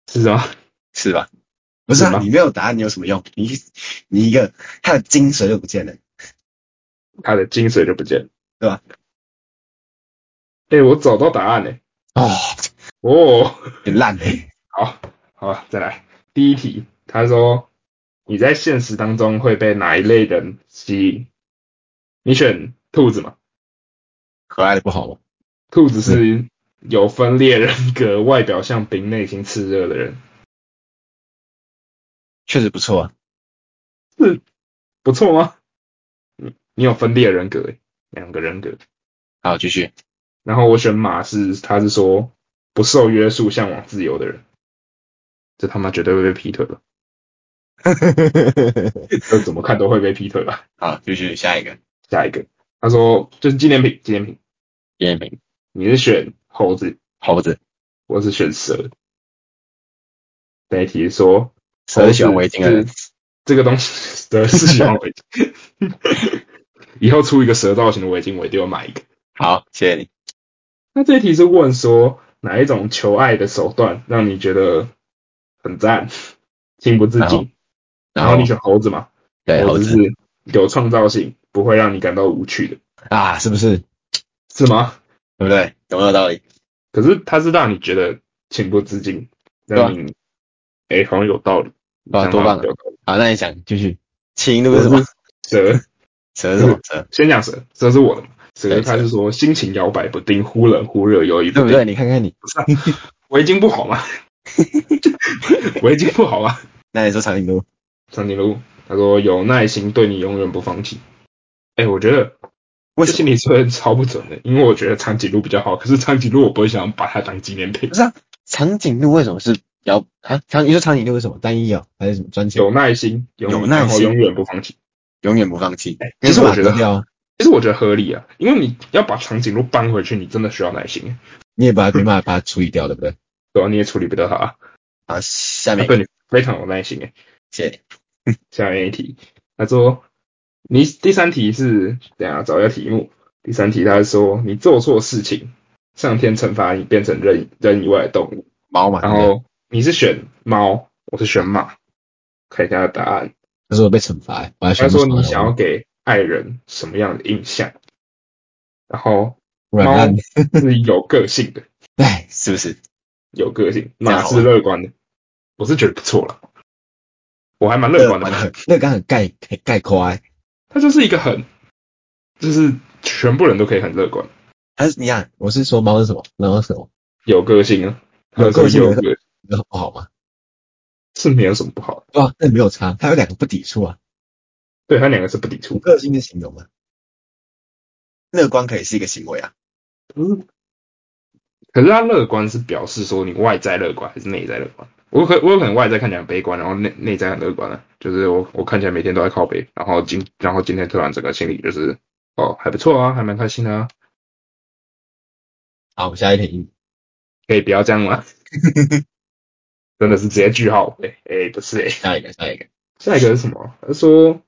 Speaker 1: 是吗？
Speaker 2: 是吧？不是
Speaker 1: 是
Speaker 2: 啊，
Speaker 1: 吗
Speaker 2: 你没有答案，你有什么用？你你一个他的精髓就不见了，
Speaker 1: 他的精髓就不见了，
Speaker 2: 对啊吧？
Speaker 1: 哎、我找到答案嘞、
Speaker 2: 哦，
Speaker 1: 哦，
Speaker 2: 很烂哎，
Speaker 1: 好，好，再来第一题。他说你在现实当中会被哪一类人吸引？你选兔子嘛？
Speaker 2: 可爱的不好吗？
Speaker 1: 兔子是有分裂人格、外表像冰、内心炽热的人，
Speaker 2: 确实不错啊，
Speaker 1: 不错吗？你你有分裂人格、欸，两个人格。
Speaker 2: 好，
Speaker 1: *laughs*
Speaker 2: 继续。
Speaker 1: 然后我选马是，他是说不受约束、向往自由的人，这他妈绝对会被劈腿吧？这怎么看都会被劈腿吧？
Speaker 2: 好，继续下一个
Speaker 1: 下一个，他说就是纪念品，纪念品，
Speaker 2: 叶明
Speaker 1: 你是选猴子，
Speaker 2: 猴子，
Speaker 1: 我是选蛇。那一题说
Speaker 2: 蛇喜欢围巾的人
Speaker 1: 猴，子是这个东西，蛇是喜欢围巾。 *laughs* 以后出一个蛇造型的围巾，我一定要买一个。
Speaker 2: 好，谢谢你。
Speaker 1: 那这一题是问说哪一种求爱的手段让你觉得很赞，情不自
Speaker 2: 然后
Speaker 1: 禁？然后你选猴子嘛？
Speaker 2: 对猴
Speaker 1: 猴
Speaker 2: 子
Speaker 1: 是有创造性，不会让你感到无趣的，
Speaker 2: 啊，是不是？
Speaker 1: 是吗？
Speaker 2: 对不对？有没有道理？
Speaker 1: 可是它是让你觉得情不自禁，
Speaker 2: 对啊
Speaker 1: 让你哎、好像有道理，
Speaker 2: 对啊
Speaker 1: 想
Speaker 2: 多
Speaker 1: 法
Speaker 2: 棒啊
Speaker 1: 有道理。
Speaker 2: 好，那你想继续。情路
Speaker 1: 我
Speaker 2: 是什么？
Speaker 1: 蛇，
Speaker 2: 蛇是什么？
Speaker 1: *laughs*
Speaker 2: 蛇
Speaker 1: 先讲蛇，蛇是我的嘛。蛇
Speaker 2: 对
Speaker 1: 它
Speaker 2: 蛇
Speaker 1: 是说心情摇摆不定，忽冷忽热，犹豫
Speaker 2: 对
Speaker 1: 不
Speaker 2: 不
Speaker 1: 定。
Speaker 2: 对？你看看你，
Speaker 1: 不是、啊，围巾不
Speaker 2: *laughs*
Speaker 1: 好吗？围巾不好吗？
Speaker 2: 那你说长颈鹿，
Speaker 1: 长颈鹿，他说有耐心，对你永远不放弃。哎、我觉得
Speaker 2: 为
Speaker 1: 这
Speaker 2: 什
Speaker 1: 心
Speaker 2: 么？
Speaker 1: 理测验超不准的，因为我觉得长颈鹿比较好，可是长颈鹿我不会想把它当纪念品
Speaker 2: 不。是啊，长颈鹿为什么是摇啊？长你说长颈鹿为什么单一哦，还是什么专情？
Speaker 1: 有耐心，永
Speaker 2: 有
Speaker 1: 然
Speaker 2: 耐心
Speaker 1: 后永远不放弃。
Speaker 2: 永远不放弃。
Speaker 1: 其实我觉得
Speaker 2: 掉
Speaker 1: *laughs*
Speaker 2: 啊，
Speaker 1: 其实我觉得合理啊，因为你要把长颈鹿搬回去，你真的需要耐心，
Speaker 2: 你也把它没办法把它处理掉，对不对？
Speaker 1: 对啊，你也处理不掉它啊，
Speaker 2: 好，下
Speaker 1: 它
Speaker 2: 面
Speaker 1: 对你非常有耐心诶。
Speaker 2: 谢谢你。
Speaker 1: 下面一题，他说你第三题是等一下找一下题目。第三题他说你做错事情，上天惩罚你变成人人以外的动物。
Speaker 2: 猫嘛，
Speaker 1: 然
Speaker 2: 对不对
Speaker 1: 后你是选猫，我是选马。看一下答案，
Speaker 2: 他说我被惩罚欸，我还
Speaker 1: 他
Speaker 2: 选
Speaker 1: 说
Speaker 2: 不出来
Speaker 1: 你想要
Speaker 2: 我
Speaker 1: 给爱人什么样的印象？然后
Speaker 2: 软烂，
Speaker 1: 猫是有个性的，
Speaker 2: *laughs* 哎，是不是？
Speaker 1: 有个性。
Speaker 2: 这样
Speaker 1: 马
Speaker 2: 好
Speaker 1: 是乐观的，我是觉得不错了，我还蛮乐观的吧。
Speaker 2: 很，乐观很概很概括欸。
Speaker 1: *laughs* 他就是一个很，就是全部人都可以很乐观，
Speaker 2: 但是你看，我是说猫是什么？然后什么？
Speaker 1: 有个性啊，
Speaker 2: 有个性
Speaker 1: 有个性
Speaker 2: 然后不好吗？
Speaker 1: 是没有什么不好的。
Speaker 2: 对啊，那没有差，它有两个不抵触啊，
Speaker 1: 对他两个是不抵
Speaker 2: 有
Speaker 1: 触，
Speaker 2: 个性的形容啊。乐观可以是一个行为啊，
Speaker 1: 不是，可是他乐观是表示说你外在乐观还是内在乐观？我可我有可能外在看起来很悲观，然后内内在很乐观啊，就是我我看起来每天都在靠北，然后今然后今天突然整个心里就是哦还不错啊，还蛮开心的啊，
Speaker 2: 好，我下一题，
Speaker 1: 可以不要这样 *laughs* 吗？真的是直接句号哎哎、不是哎、
Speaker 2: 下一个，下一个，
Speaker 1: 下一个是什么？他说，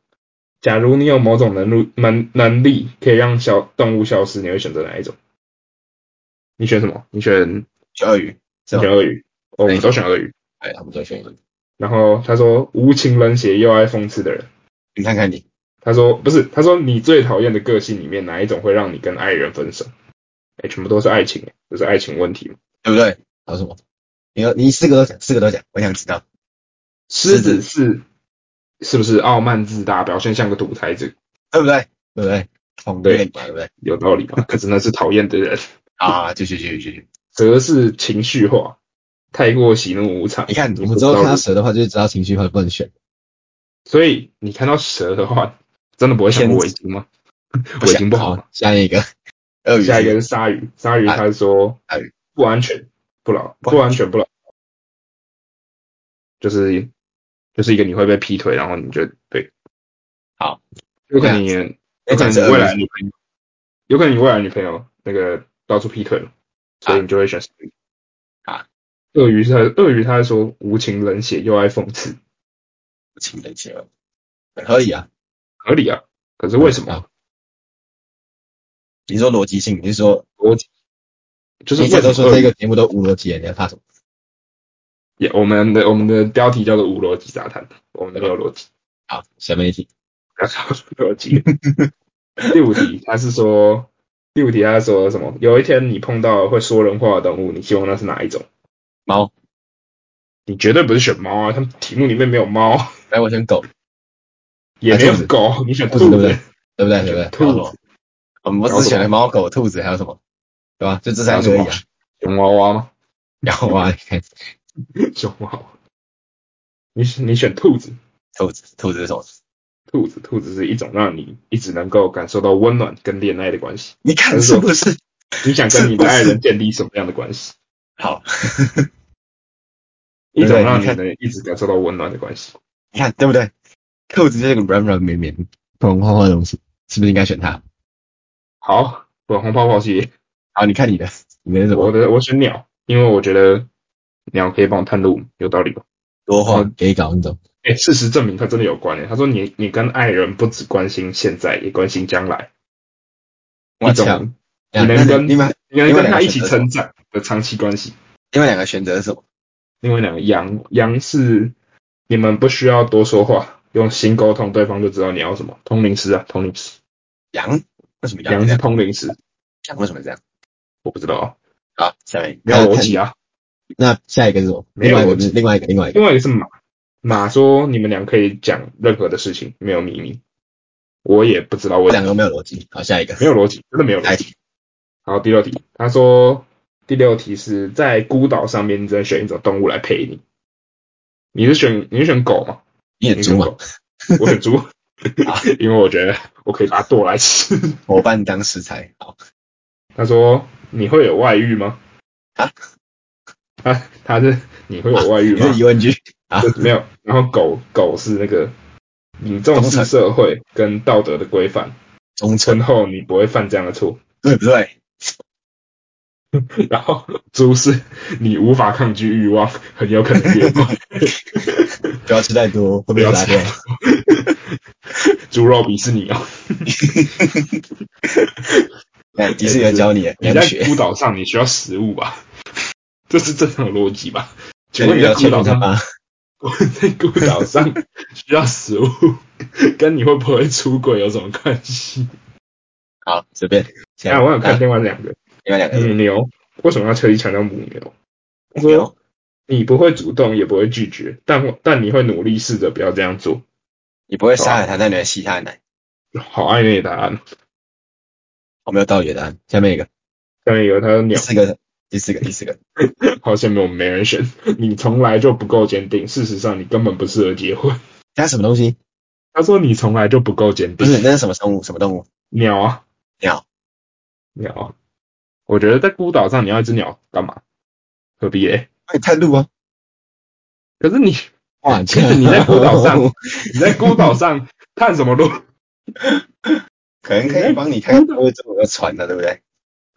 Speaker 1: 假如你有某种能力能能力可以让消动物消失，你会选择哪一种？你选什么？你选
Speaker 2: 小鳄鱼是
Speaker 1: 你
Speaker 2: 吧
Speaker 1: 选？鳄鱼哦，我们都选鳄鱼。
Speaker 2: 哎，他们都选一个。
Speaker 1: 然后他说无情冷血又爱讽刺的人，
Speaker 2: 你看看你，
Speaker 1: 他说不是，他说你最讨厌的个性里面哪一种会让你跟爱人分手？哎，全部都是爱情，这是爱情问题。
Speaker 2: 对不对？还有什么？你要你四个都讲，四个都讲，我想知道。
Speaker 1: 狮
Speaker 2: 子
Speaker 1: 子是是不是傲慢自大，表现像个独裁者？
Speaker 2: 对不对？对不对？同
Speaker 1: 对
Speaker 2: 类嘛，对不对？
Speaker 1: 有道理吧？可是那是讨厌的人。
Speaker 2: 啊，继续继续继续。
Speaker 1: 蛇是情绪化，太过喜怒无常。
Speaker 2: 你看，我
Speaker 1: 不
Speaker 2: 们
Speaker 1: 知
Speaker 2: 之
Speaker 1: 道
Speaker 2: 后看到
Speaker 1: 如
Speaker 2: 蛇的话，就知道情绪会不能选。
Speaker 1: 所以你看到蛇的话，真的不会想过围巾吗？围巾不好吗。
Speaker 2: 下一个，鳄鱼。
Speaker 1: 下一个是鲨鱼，鲨鱼他说
Speaker 2: 鲨鱼
Speaker 1: 不安全，不牢，
Speaker 2: 哎不
Speaker 1: 不安全不牢，就是就是一个你会被劈腿，然后你就对，
Speaker 2: 好，
Speaker 1: 有可能你也
Speaker 2: 哎，
Speaker 1: 有可能
Speaker 2: 讲是
Speaker 1: 你未来
Speaker 2: 鳄
Speaker 1: 的
Speaker 2: 鱼。
Speaker 1: 女朋友，有可能你未来的女朋友那个到处劈腿了，所以你就会选鲨鱼
Speaker 2: 啊。
Speaker 1: 鳄鱼他鳄鱼他说无情冷血又爱讽刺，
Speaker 2: 情人节了，很合理啊。
Speaker 1: 合理啊，可是为什么？
Speaker 2: 啊？你说逻辑性，你是说
Speaker 1: 逻辑就是
Speaker 2: 你
Speaker 1: 为
Speaker 2: 一直
Speaker 1: 什
Speaker 2: 都
Speaker 1: 么
Speaker 2: 说
Speaker 1: 鳄
Speaker 2: 这
Speaker 1: 鱼
Speaker 2: 个节目都无逻辑，你要怕什么？
Speaker 1: 也我们的我们的标题叫做无逻辑杂谈，我们的没有逻辑。
Speaker 2: 好，下面一题。
Speaker 1: 不要吵逻辑。第五题，他是说，第五题他说什么？有一天你碰到会说人话的动物，你希望那是哪一种？
Speaker 2: 猫，
Speaker 1: 你绝对不是选猫啊，他们题目里面没有猫， *laughs*
Speaker 2: 来我选狗，
Speaker 1: 也没有
Speaker 2: 啊兔子
Speaker 1: 狗，你选
Speaker 2: 兔
Speaker 1: 兔
Speaker 2: 子对不对
Speaker 1: 子，？
Speaker 2: 对不对？对不对？
Speaker 1: 兔
Speaker 2: 然
Speaker 1: 子
Speaker 2: 后什么我们只选了猫、狗、兔子，还有什么？对吧？就这
Speaker 1: 还
Speaker 2: 三
Speaker 1: 有什
Speaker 2: 个而已
Speaker 1: 么
Speaker 2: 啊。？
Speaker 1: 熊娃娃吗？
Speaker 2: *laughs* 然后啊，你看
Speaker 1: 熊娃娃。你 *laughs* 你选兔子，
Speaker 2: 兔子，兔子是什么？
Speaker 1: 兔子，兔子是一种让你一直能够感受到温暖跟恋爱的关系。
Speaker 2: 你看是不是？
Speaker 1: 你想跟你的爱
Speaker 2: 是不
Speaker 1: 人
Speaker 2: 是
Speaker 1: 建立什么样的关系？
Speaker 2: 好， *laughs*
Speaker 1: 一种
Speaker 2: 对
Speaker 1: 让
Speaker 2: 你
Speaker 1: 你
Speaker 2: 看
Speaker 1: 能一直感受到温暖的关系。
Speaker 2: 你看对不对？兔子这个软软绵绵、粉红晃晃的东西，是不是应该选它？
Speaker 1: 好，粉红泡泡系列。
Speaker 2: 好，你看你的，你的是什
Speaker 1: 我
Speaker 2: 么？
Speaker 1: 的我选鸟，因为我觉得鸟可以帮我探路，有道理吧？
Speaker 2: 多话给搞那种。
Speaker 1: 哎、事实证明它真的有关诶、他说你你跟爱人不只关心现在，也关心将来，一
Speaker 2: 我操！
Speaker 1: 种
Speaker 2: 那
Speaker 1: 你能
Speaker 2: 那
Speaker 1: 跟
Speaker 2: 你们
Speaker 1: 你能
Speaker 2: 另外
Speaker 1: 跟
Speaker 2: 两
Speaker 1: 他
Speaker 2: 个
Speaker 1: 一起
Speaker 2: 选
Speaker 1: 成
Speaker 2: 择是什
Speaker 1: 长的长期关系。
Speaker 2: 另外两个选择是什么？
Speaker 1: 另外两个羊羊是你们不需要多说话，用心沟通，对方就知道你要什么。通灵师啊，通灵师，
Speaker 2: 羊？为什么羊
Speaker 1: 羊
Speaker 2: 这
Speaker 1: 是
Speaker 2: 样？
Speaker 1: 通灵师，
Speaker 2: 羊为什么这样？
Speaker 1: 我不知道啊，
Speaker 2: 好，下面
Speaker 1: 没有逻辑
Speaker 2: 啊。
Speaker 1: 啊。
Speaker 2: 那下一个是什么？
Speaker 1: 没
Speaker 2: 另
Speaker 1: 有
Speaker 2: 外一
Speaker 1: 逻
Speaker 2: 个
Speaker 1: 辑
Speaker 2: 是另外一个另外一个
Speaker 1: 另外一个是马，马说你们俩可以讲任何的事情，没有秘密。我也不知道我
Speaker 2: 两个都没有逻辑。好，下一个
Speaker 1: 没有逻辑，真的没有
Speaker 2: 下
Speaker 1: 逻
Speaker 2: 一
Speaker 1: 辑。
Speaker 2: 题。
Speaker 1: 好，第六题，他说第六题是在孤岛上面，你只能选一种动物来陪你。你是选你是选狗吗？
Speaker 2: 你
Speaker 1: 你啊
Speaker 2: 很
Speaker 1: 选
Speaker 2: 猪嘛？
Speaker 1: 狗，我选 *laughs* 猪，因为我觉得我可以把它剁来吃。
Speaker 2: 伙伴当食材。好，
Speaker 1: 他说你会有外遇吗？ *laughs*
Speaker 2: 啊？
Speaker 1: 他他是你会有外遇
Speaker 2: 你
Speaker 1: 吗？
Speaker 2: 是疑问句 *laughs* 啊？
Speaker 1: 没有。然后狗狗是那个你重
Speaker 2: 忠
Speaker 1: 视
Speaker 2: 诚
Speaker 1: 社会跟道德的规范，
Speaker 2: 忠诚
Speaker 1: 婚后你不会犯这样的错。
Speaker 2: 对不对？
Speaker 1: 然后猪是你无法抗拒欲望，很有可能越过。 *laughs*
Speaker 2: 不要吃太多，会被
Speaker 1: 不要
Speaker 2: 杀
Speaker 1: 吃
Speaker 2: 掉。
Speaker 1: 猪肉鄙视你哦，
Speaker 2: 哎，迪士尼有教你
Speaker 1: 你
Speaker 2: 你
Speaker 1: 在
Speaker 2: 要学。
Speaker 1: 孤岛上你需要食物吧？这是正常的逻辑吧？请
Speaker 2: 那
Speaker 1: 问你
Speaker 2: 你
Speaker 1: 在
Speaker 2: 要
Speaker 1: 孤
Speaker 2: 去
Speaker 1: 岛
Speaker 2: 他
Speaker 1: 上，
Speaker 2: 吗？
Speaker 1: *laughs* 在孤岛上需要食物，跟你会不会出轨有什么关 *laughs* 系？
Speaker 2: 好，随便。下一
Speaker 1: 哎，
Speaker 2: 个
Speaker 1: 我想看
Speaker 2: 啊
Speaker 1: 另外两个
Speaker 2: 另外两个
Speaker 1: 母牛，为什么要特意强调母牛？他
Speaker 2: 没有
Speaker 1: 说你不会主动，也不会拒绝，但但你会努力试着不要这样做。
Speaker 2: 你不会杀了他，但你会吸他的奶。
Speaker 1: 好暧昧的答案。
Speaker 2: 我没有道理的答案。下面一个，
Speaker 1: 下面有他说
Speaker 2: 第
Speaker 1: 鸟，
Speaker 2: 四个，第四个，第四个，
Speaker 1: 好，下面我们没人选。 *laughs* 你从来就不够坚定，事实上你根本不适合结婚。
Speaker 2: 加什么东西？
Speaker 1: 他说你从来就不够坚
Speaker 2: 不
Speaker 1: 定。
Speaker 2: 是，那是什么生物？什么动物？
Speaker 1: 鸟啊
Speaker 2: 鸟。
Speaker 1: 鸟啊，我觉得在孤岛上你要一只鸟干嘛？何必嘞？
Speaker 2: 那你探路啊！
Speaker 1: 可是你 *laughs*
Speaker 2: 哇，
Speaker 1: 其实你在孤岛上， *laughs* 你在孤岛上探什么路？
Speaker 2: 可能可以帮你看看会怎么个船的，对不对？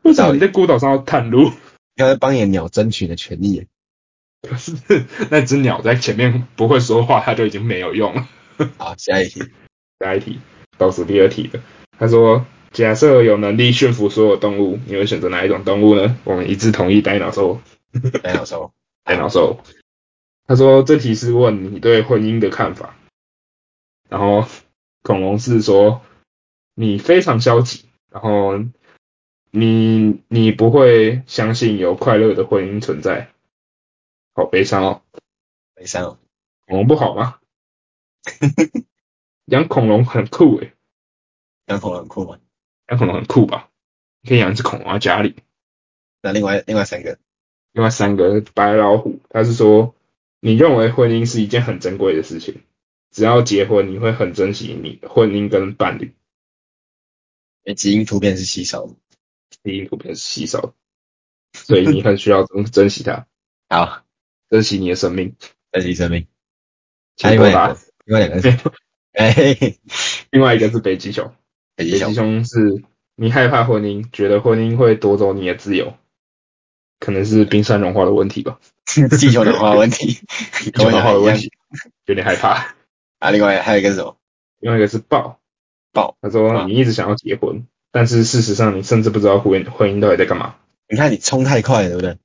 Speaker 1: 为什么你在孤岛上要探路？
Speaker 2: 你要帮你的鸟争取你的权利。
Speaker 1: 可是那只鸟在前面不会说话，它就已经没有用了。
Speaker 2: 好，下一题，
Speaker 1: 下一题，倒数第二题的，他说：假设有能力驯服所有动物，你会选择哪一种动物呢？我们一致同意呆脑兽，
Speaker 2: 来鸟兽。
Speaker 1: 呆脑兽。他说这题是问你对婚姻的看法，然后恐龙是说你非常消极，然后你你不会相信有快乐的婚姻存在，好悲伤哦。
Speaker 2: 悲伤哦。
Speaker 1: 恐龙不好吗？养恐龙很酷诶、
Speaker 2: 养恐龙很酷嘛。
Speaker 1: 养恐龙很酷吧？你可以养一只恐龙在啊家里。
Speaker 2: 那另外另外三个，
Speaker 1: 另外三个白老虎，他是说你认为婚姻是一件很珍贵的事情，只要结婚，你会很珍惜你的婚姻跟伴侣。
Speaker 2: 因为基因突变是稀少的。
Speaker 1: 第一图片是稀少的，所以你很需要珍 *laughs* 珍惜它，
Speaker 2: 好，
Speaker 1: 珍惜你的生命。
Speaker 2: 珍惜生命。
Speaker 1: 请
Speaker 2: 还有
Speaker 1: 多
Speaker 2: 另
Speaker 1: 打
Speaker 2: 外另外两个是，哎，嘿嘿
Speaker 1: 另外一个是北极熊，
Speaker 2: 北
Speaker 1: 北
Speaker 2: 极
Speaker 1: 极
Speaker 2: 熊，
Speaker 1: 熊是你害怕婚姻，觉得婚姻会夺走你的自由，可能是冰山融化的问题吧，
Speaker 2: 地球暖化问题，
Speaker 1: 冰
Speaker 2: 跟
Speaker 1: 山融
Speaker 2: 我
Speaker 1: 化的
Speaker 2: 想的
Speaker 1: 问
Speaker 2: 一样。
Speaker 1: 题，有点害怕。
Speaker 2: 啊，另外还有一个是什么？
Speaker 1: 另外一个是豹，
Speaker 2: 豹。
Speaker 1: 他
Speaker 2: 豹
Speaker 1: 说你一直想要结婚，但是事实上你甚至不知道婚婚姻到底在干嘛，
Speaker 2: 你看你冲太快了，对不对？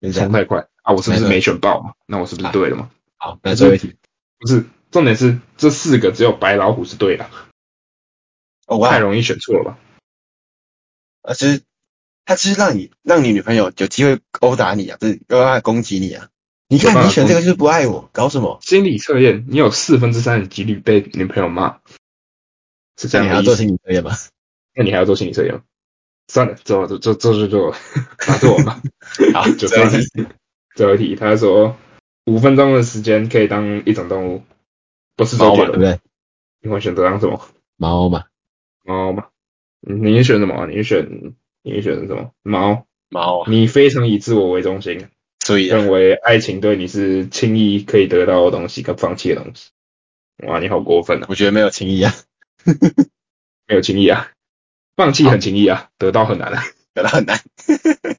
Speaker 2: 就是这
Speaker 1: 冲
Speaker 2: 样。
Speaker 1: 太快啊！我是不
Speaker 2: 没
Speaker 1: 是
Speaker 2: 错
Speaker 1: 没选豹嘛？那我是不是
Speaker 2: 啊
Speaker 1: 对了嘛？
Speaker 2: 好，那最后一题。
Speaker 1: 不是，重点是这四个只有白老虎是对的，
Speaker 2: 哦，
Speaker 1: 太
Speaker 2: 哇，
Speaker 1: 容易选错了吧？
Speaker 2: 而是他是让你让你女朋友有机会殴打你啊，不是让她攻击你啊。你
Speaker 1: 有办
Speaker 2: 看
Speaker 1: 法
Speaker 2: 你选这个就是不爱我，搞什么？
Speaker 1: 心理测验，你有四分之三的几率被女朋友骂，是这
Speaker 2: 那
Speaker 1: 样
Speaker 2: 你
Speaker 1: 的
Speaker 2: 还要
Speaker 1: 意
Speaker 2: 做
Speaker 1: 思。
Speaker 2: 心理测
Speaker 1: *laughs*
Speaker 2: 验吗？
Speaker 1: 那你还要做心理测验吗？算了，做做做做就做了，拿做完吧。
Speaker 2: *laughs* 好，
Speaker 1: 就
Speaker 2: 最后一
Speaker 1: 算
Speaker 2: 题
Speaker 1: 了。最后一题，他说五分钟的时间可以当一种动物，不是周
Speaker 2: 猫
Speaker 1: 杰
Speaker 2: 嘛，对不
Speaker 1: 伦，
Speaker 2: 对？
Speaker 1: 你会选择当什么？
Speaker 2: 猫嘛，
Speaker 1: 猫吗？嗯你选什么？你选你选什么？猫。
Speaker 2: 猫啊，
Speaker 1: 你非常以自我为中心，
Speaker 2: 所以啊
Speaker 1: 认为爱情对你是轻易可以得到的东西跟放弃的东西。哇，你好过分啊！
Speaker 2: 我觉得没有情谊啊，
Speaker 1: 没有轻易啊，放弃很轻易啊，得到很难啊。
Speaker 2: 有的很难。
Speaker 1: *laughs*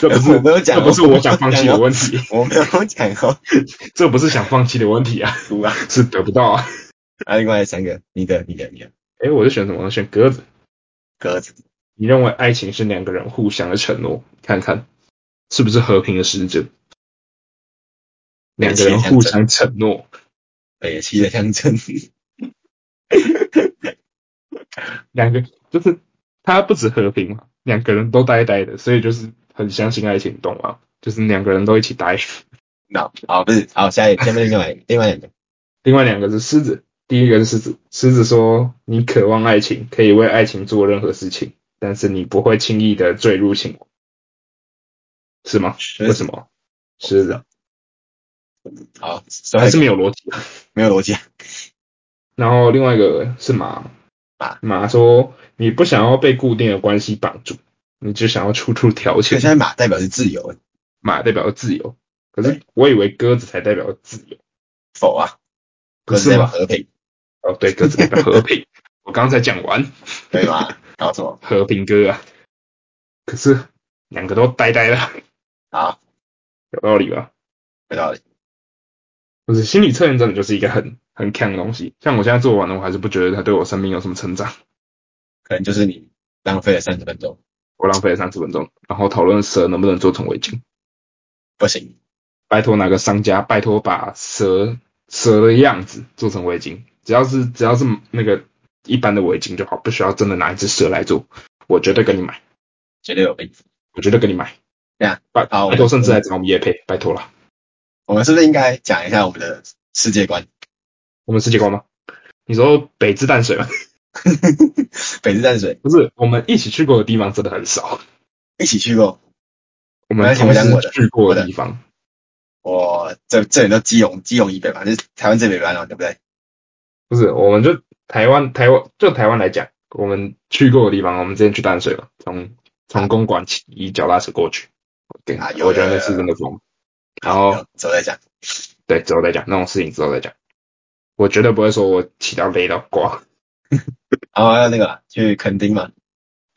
Speaker 1: 这不
Speaker 2: 我
Speaker 1: 是
Speaker 2: 没有讲
Speaker 1: 这
Speaker 2: 哦，
Speaker 1: 不是我 *laughs* 想放弃的问题，
Speaker 2: 我没有讲哦，
Speaker 1: 这不是想放弃的问题啊，
Speaker 2: 哭啊！
Speaker 1: 是得不到啊。
Speaker 2: 啊，另外三个，你的、你的、你的，
Speaker 1: 哎，我是选什么？选鸽子。
Speaker 2: 鸽子，
Speaker 1: 你认为爱情是两个人互相的承诺？看看是不是和平的使者？两个人互相承诺，
Speaker 2: 北七的象征。
Speaker 1: 两个就是他不止和平嘛，两个人都呆呆的，所以就是很相信爱情，懂吗？就是两个人都一起呆。
Speaker 2: 那好，不是好，下一下面另外另外两个，
Speaker 1: 另外两个是狮子，第一个是狮子，狮子说你渴望爱情，可以为爱情做任何事情，但是你不会轻易的坠入情网，是吗？为什么？狮子
Speaker 2: 好，还
Speaker 1: 还是
Speaker 2: 是
Speaker 1: 没有逻辑。
Speaker 2: 没有逻辑啊。
Speaker 1: 然后另外一个是马，
Speaker 2: 马
Speaker 1: 马说你不想要被固定的关系绑住，你只想要处处调
Speaker 2: 所
Speaker 1: 情
Speaker 2: 以现。在马代表是自由，
Speaker 1: 马代表自由，可是
Speaker 2: 对
Speaker 1: 我以为鸽子才代表自由，
Speaker 2: 否啊？
Speaker 1: 不
Speaker 2: 鸽
Speaker 1: 是
Speaker 2: 子代表
Speaker 1: 吗？
Speaker 2: 和平，
Speaker 1: 哦，对，鸽子代表和平。 *laughs* 我刚才讲完。
Speaker 2: 对吗？搞什么？
Speaker 1: 和平鸽啊。可是两个都呆呆的，
Speaker 2: 好，
Speaker 1: 有道理吧？
Speaker 2: 有道理。
Speaker 1: 不是心理测验真的就是一个很很强的东西。像我现在做完了，我还是不觉得它对我生命有什么成长。
Speaker 2: 可能就是你浪费了三十分钟，
Speaker 1: 我浪费了三十分钟，然后讨论蛇能不能做成围巾。
Speaker 2: 不行，
Speaker 1: 拜托哪个商家，拜托把蛇蛇的样子做成围巾，只要是只要是那个一般的围巾就好，不需要真的拿一只蛇来做。我绝对跟你买，
Speaker 2: 绝对有病。
Speaker 1: 我绝对跟你买。
Speaker 2: 对啊，
Speaker 1: 拜
Speaker 2: 好
Speaker 1: 拜托，甚至来找我们叶配，拜托了。
Speaker 2: 我们是不是应该讲一下我们的世界观？ *laughs*
Speaker 1: 我们世界观吗？你说北至淡水吗？
Speaker 2: 北至淡水
Speaker 1: 不是，我们一起去过的地方真的很少，
Speaker 2: 一起去过，
Speaker 1: 我
Speaker 2: 没
Speaker 1: 们
Speaker 2: 关系我
Speaker 1: 同
Speaker 2: 讲我
Speaker 1: 时
Speaker 2: 的
Speaker 1: 去过的地方，
Speaker 2: 我这这里都基隆，基隆以北嘛，就是台湾最北端了，对不对？
Speaker 1: 不是，我们就台湾，台湾就台湾来讲，我们去过的地方，我们之前去淡水嘛，从从公馆骑脚踏车过去，对，
Speaker 2: 啊有
Speaker 1: 我觉得
Speaker 2: 有
Speaker 1: 那次真的疯。然后
Speaker 2: 之后再讲。
Speaker 1: 对，之后再讲那种事情，之后再讲。我绝对不会说我骑到累到挂，
Speaker 2: 然后还有那个啦去垦丁嘛，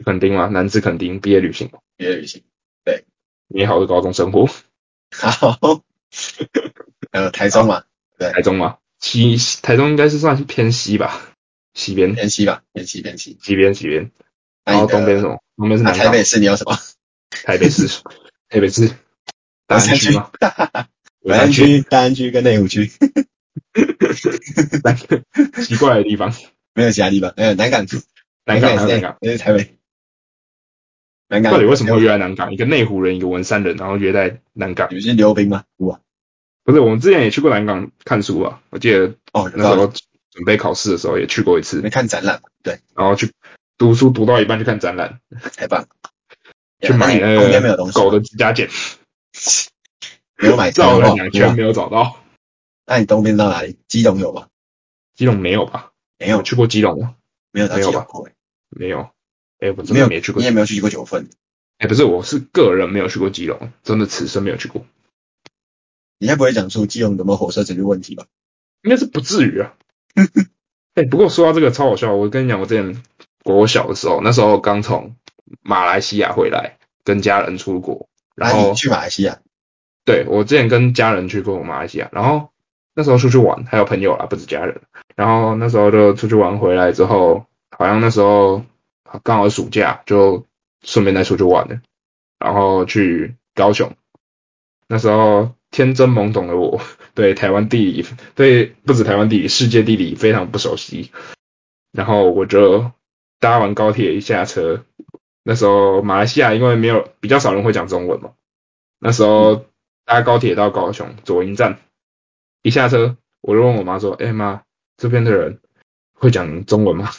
Speaker 1: 垦丁嘛，南至垦丁毕业旅行，
Speaker 2: 毕业旅行。
Speaker 1: 美好的高中生活，
Speaker 2: 好， *laughs* 还有台中嘛，
Speaker 1: 台中嘛，西台中应该是算是偏西吧，西边
Speaker 2: 偏西吧，偏西偏西。
Speaker 1: 西边西边，
Speaker 2: 那
Speaker 1: 然
Speaker 2: 你
Speaker 1: 后
Speaker 2: 的
Speaker 1: 哦东边是什么？东边是
Speaker 2: 那
Speaker 1: 南
Speaker 2: 哎呃台
Speaker 1: 港。
Speaker 2: 北市你有什么？
Speaker 1: 台北市，台北
Speaker 2: *laughs*
Speaker 1: 市大安区吗？
Speaker 2: 大安，区、大安区跟内湖区。
Speaker 1: *laughs*
Speaker 2: *laughs*
Speaker 1: 三个奇怪的地方。
Speaker 2: 没有其他地方，呃，南港，
Speaker 1: 南港
Speaker 2: 也
Speaker 1: 还
Speaker 2: 是
Speaker 1: 有南港，，
Speaker 2: 也是台北，南港
Speaker 1: 到底为什么会约在南港？一个内湖人，一个文山人，然后约在南港
Speaker 2: 你。们是溜冰吗？啊哇，
Speaker 1: 不是，我们之前也去过南港看书吧？我记得
Speaker 2: 哦，
Speaker 1: 那时
Speaker 2: 那
Speaker 1: 候准备考试的时候也去过一次
Speaker 2: 没，看展览嘛，对，
Speaker 1: 然后去读书读到一半去看展览，
Speaker 2: 太棒了。
Speaker 1: 去买
Speaker 2: 那你
Speaker 1: 那
Speaker 2: 应该没有东
Speaker 1: 个
Speaker 2: 西，
Speaker 1: 狗的指甲剪，
Speaker 2: 嗯没有买车
Speaker 1: 绕
Speaker 2: 的
Speaker 1: 了
Speaker 2: 话，
Speaker 1: 两圈
Speaker 2: 哇
Speaker 1: 没有找到。
Speaker 2: 嗯那你东边到哪里？基隆有吗？
Speaker 1: 基隆没有吧？
Speaker 2: 没
Speaker 1: 没
Speaker 2: 有，
Speaker 1: 去过基隆吗？
Speaker 2: 没有到
Speaker 1: 没
Speaker 2: 基
Speaker 1: 有
Speaker 2: 隆
Speaker 1: 吧
Speaker 2: 过，欸
Speaker 1: 没有。哎，我真
Speaker 2: 没有
Speaker 1: 的没去过
Speaker 2: 你。也没有去过九份，
Speaker 1: 哎，不是，我是个人没有去过基隆，真的此生没有去过，
Speaker 2: 你应该不会讲出基隆有没有火车解决问题吧？
Speaker 1: 应该是不至于啊。 *laughs* 哎，不过说到这个超好笑，我跟你讲，我之前国小的时候，那时候刚从马来西亚回来，跟家人出国，然
Speaker 2: 那
Speaker 1: 后
Speaker 2: 你去马来西亚，
Speaker 1: 对我之前跟家人去过马来西亚，然后那时候出去玩，还有朋友啦，不止家人。然后那时候就出去玩回来之后，好像那时候刚好暑假，就顺便再出去玩了，然后去高雄。那时候天真懵懂的我，对台湾地理，对不止台湾地理，世界地理非常不熟悉。然后我就搭完高铁一下车，那时候马来西亚因为没有比较少人会讲中文嘛，那时候搭高铁到高雄左营站，一下车我就问我妈说：“哎、妈，这边的人会讲中文吗？”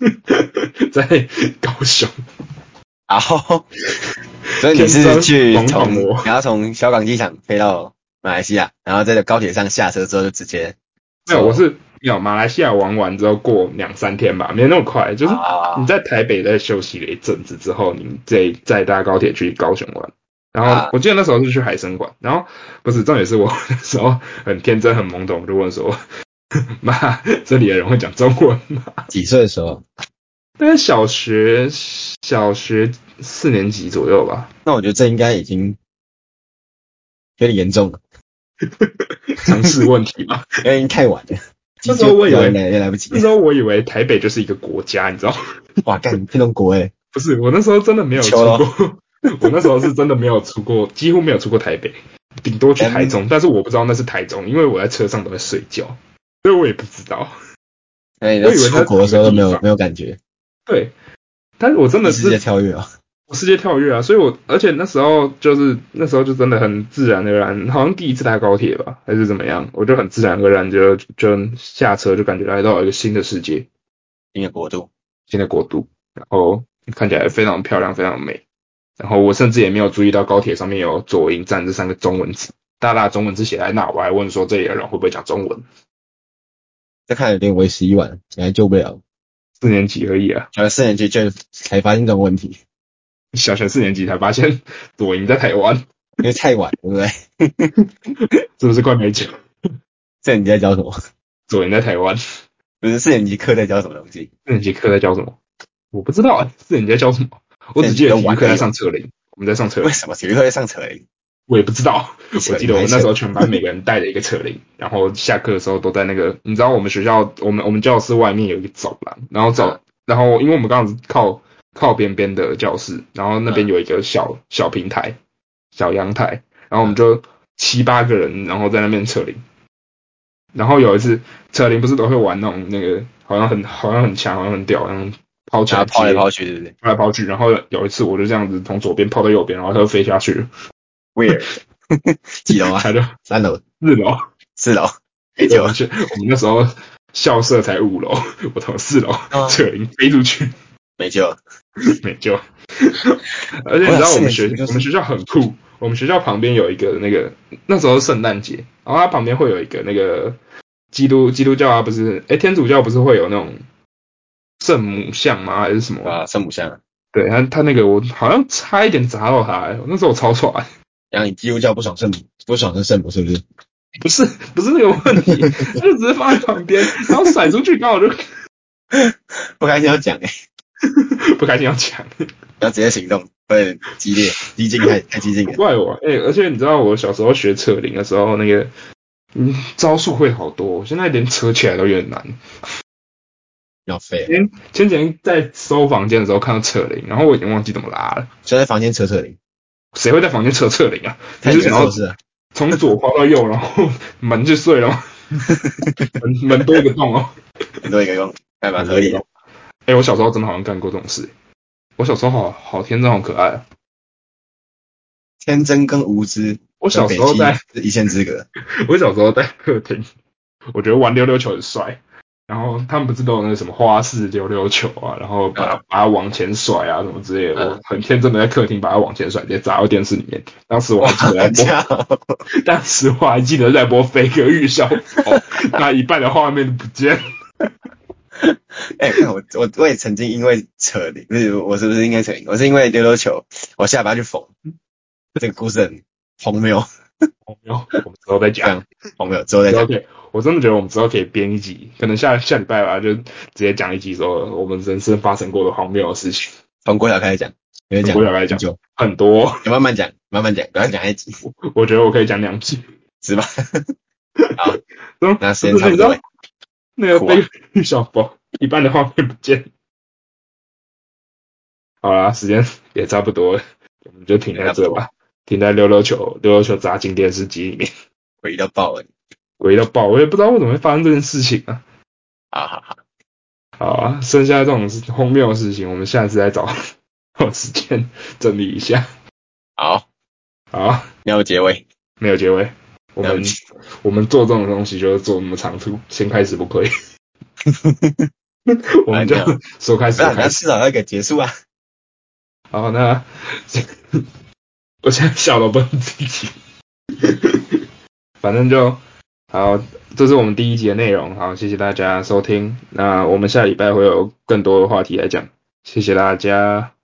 Speaker 1: *laughs* 在高雄，
Speaker 2: 然后，所以你
Speaker 1: 啊天
Speaker 2: 是
Speaker 1: 生
Speaker 2: 去
Speaker 1: 懵
Speaker 2: 从
Speaker 1: 懂我，
Speaker 2: 然后从小港机场飞到马来西亚，然后在高铁上下车之后就直接
Speaker 1: 没有，我是没有马来西亚玩完之后过两三天吧，没那么快，就是嗯
Speaker 2: 啊
Speaker 1: 你在台北再休息了一阵子之后，你再再搭高铁去高雄玩。然后
Speaker 2: 啊
Speaker 1: 我记得那时候是去海参馆，然后不是重点是我 *laughs* 那时候很天真很懵懂，我就问说：“ *laughs* 妈，这里的人会讲中文吗
Speaker 2: 几岁的时候？？”
Speaker 1: 大概小学小学四年级左右吧，
Speaker 2: 那我觉得这应该已经有点严重了，
Speaker 1: 尝试问题嘛。
Speaker 2: 有点太晚了。
Speaker 1: 那时候我以为
Speaker 2: 也来也来不及
Speaker 1: 那。时候我以为台北就是一个国家，你知道吗？ *laughs*
Speaker 2: 哇，干天龙国 *laughs* 哎，
Speaker 1: 不是，我那时候真的没有出过，我那时候是真的没有出过，几乎没有出过台北，顶多去台中，但是我不知道那是台中，因为我在车上都在睡觉，所以我也不知道。
Speaker 2: 哎那你
Speaker 1: 我
Speaker 2: 在
Speaker 1: 以为它
Speaker 2: 出国的时候都没
Speaker 1: 是
Speaker 2: 有
Speaker 1: 地方
Speaker 2: 没有感觉，
Speaker 1: 对，但是我真的
Speaker 2: 你直接
Speaker 1: 是
Speaker 2: 跳跃啊！
Speaker 1: 我世界跳跃啊，所以我而且那时候就是那时候就真的很自然而然，好像第一次搭高铁吧，还是怎么样，我就很自然而然就就下车，就感觉来到了一个新的世界，
Speaker 2: 新的国度，
Speaker 1: 新的国度，然后看起来非常漂亮，非常美。然后我甚至也没有注意到高铁上面有左营站这三个中文字，大大的中文字写在那，我还问说这里的人会不会讲中文？
Speaker 2: 这看来有点为时已晚，现在救不了。
Speaker 1: 四年级而已啊，
Speaker 2: 然后四年级就才发现这种问题，
Speaker 1: 小学四年级才发现左营在台湾，
Speaker 2: 因为太晚，对不 *laughs* 对？
Speaker 1: 是不是快没讲？
Speaker 2: 四年级在教什么？ *laughs*
Speaker 1: 左营在台湾，
Speaker 2: 不是四年级课在教什么东西？
Speaker 1: 四年级课在教什么？我不知道、啊，四年级在教什么？我只记得体育课在上车铃，我们在上车
Speaker 2: 为
Speaker 1: 铃，
Speaker 2: 什么体育课在上车铃？
Speaker 1: 我也不知道。我记得我们那时
Speaker 2: 候
Speaker 1: 候全 *laughs* 班每个人带了一个扯铃，然后下课的时候都在那个，你知道我们学校我们我们教室外面有一个走廊，然后走，
Speaker 2: 嗯
Speaker 1: 然后因为我们刚好是靠靠边边的教室，然后那边有一个小、小平台、小阳台，然后我们就七八个人，然后在那边扯铃。然后有一次扯铃不是都会玩那种那个好像很好像很强好像很屌，然后啊抛起来
Speaker 2: 跑
Speaker 1: 接
Speaker 2: 来跑去，对不对
Speaker 1: 抛来抛去，然后有一次我就这样子从左边抛到右边，然后它就飞下去了，
Speaker 2: ？Where？几 *laughs* 楼啊？
Speaker 1: 它就
Speaker 2: 三楼、
Speaker 1: 日楼。
Speaker 2: 四楼？
Speaker 1: 对
Speaker 2: 有
Speaker 1: 我去，我们那时候校舍才五楼，我从四楼
Speaker 2: 嗯
Speaker 1: 扯铃飞出去，
Speaker 2: 没救了。
Speaker 1: 没救。而且你知道我们学
Speaker 2: 我想四年级就是
Speaker 1: 我们学校很酷，我们学校旁边有一个那个那时候是圣诞节，然后它旁边会有一个那个基督基督教啊，不是哎天主教不是会有那种圣母像吗？还是什么？
Speaker 2: 啊，圣母像啊，
Speaker 1: 对，他他那个我好像差一点砸到他、欸，那时候我超喘。
Speaker 2: 然后你基督教不爽圣母，不爽是圣母是不是？
Speaker 1: 不是不是那个问题， *laughs* 他就只是放在旁边，然后甩出去，刚好就
Speaker 2: 不开心要
Speaker 1: 欸
Speaker 2: 讲哎、
Speaker 1: 不开心要抢。
Speaker 2: 要直接行动，有点激烈，激进太太激进了。
Speaker 1: 怪我哎、欸而且你知道我小时候学扯铃的时候，那个嗯招数会好多，我现在连扯起来都有点难。
Speaker 2: 要废了，
Speaker 1: 前前几天在收房间的时候看到扯铃，然后我已经忘记怎么拉了。
Speaker 2: 就在房间扯扯铃，
Speaker 1: 谁会在房间扯扯铃啊？
Speaker 2: 太
Speaker 1: 你
Speaker 2: 牛
Speaker 1: 是想
Speaker 2: 了是
Speaker 1: 要 *laughs*
Speaker 2: 不是啊？
Speaker 1: 从左抛到右，然后门就碎了吗？门门多一个洞哦。
Speaker 2: 很多一个用，还蛮合理的。
Speaker 1: 哎、我小时候真的好像干过这种事。我小时候好好天真，好可爱、啊。
Speaker 2: 天真跟无知，
Speaker 1: 我小时候在，
Speaker 2: 是一线之隔。
Speaker 1: 我小时候在客厅，我觉得玩溜溜球很帅。然后他们不是都有那个什么花式溜溜球啊，然后把、把它往前甩啊什么之类的。我很天真的在客厅把它往前甩，直接砸到电视里面。当时我还记得在播
Speaker 2: 这样，
Speaker 1: 当时我还记得在播《飞哥玉小宝》，那一半的画面都不 *laughs* 见。
Speaker 2: *laughs* 哎、看我我我也曾经因为扯铃，不是我是不是应该扯铃？我是因为溜溜球，我下巴去缝。这个故事很荒谬，
Speaker 1: 我没有，哦我们之后再讲。
Speaker 2: 荒谬。之后再讲。
Speaker 1: OK，我真的觉得我们之后可以编一集，可能下下礼拜吧，就直接讲一集说我们人生发生过的荒谬的事情，
Speaker 2: 从国小开始讲，因为讲
Speaker 1: 从国小开始讲
Speaker 2: 就
Speaker 1: 很多。
Speaker 2: 慢慢讲，慢慢讲，不要讲一集，
Speaker 1: 我觉得我可以讲两集。
Speaker 2: 是吧？好，
Speaker 1: 嗯
Speaker 2: 那时间差不多了。
Speaker 1: 那个
Speaker 2: 哭啊
Speaker 1: 被玉小宝一半的画面不见。好啦，时间也差不多了，我们就停在这吧，停在溜溜球，溜溜球砸进电视机里面，
Speaker 2: 回到爆了。
Speaker 1: 鬼到爆！我也不知道为什么会发生这件事情啊。
Speaker 2: 好好好，
Speaker 1: 好啊，剩下这种荒谬的事情，我们下次再找 *laughs* 找时间整理一下。
Speaker 2: 好，
Speaker 1: 好，啊
Speaker 2: 你要有结尾。
Speaker 1: 没有结尾，我
Speaker 2: 对
Speaker 1: 们
Speaker 2: 不起
Speaker 1: 我们做这种东西就是做那么长途，先开始不可以，我们就
Speaker 2: 哎哎没有
Speaker 1: 说开始就
Speaker 2: 那
Speaker 1: 开
Speaker 2: 那
Speaker 1: 始。
Speaker 2: 至少要一个结束啊。
Speaker 1: 好，那我现在 *laughs* 笑了不能自己，反正就好，这是我们第一集的内容。好，谢谢大家收听，那我们下礼拜会有更多的话题来讲，谢谢大家。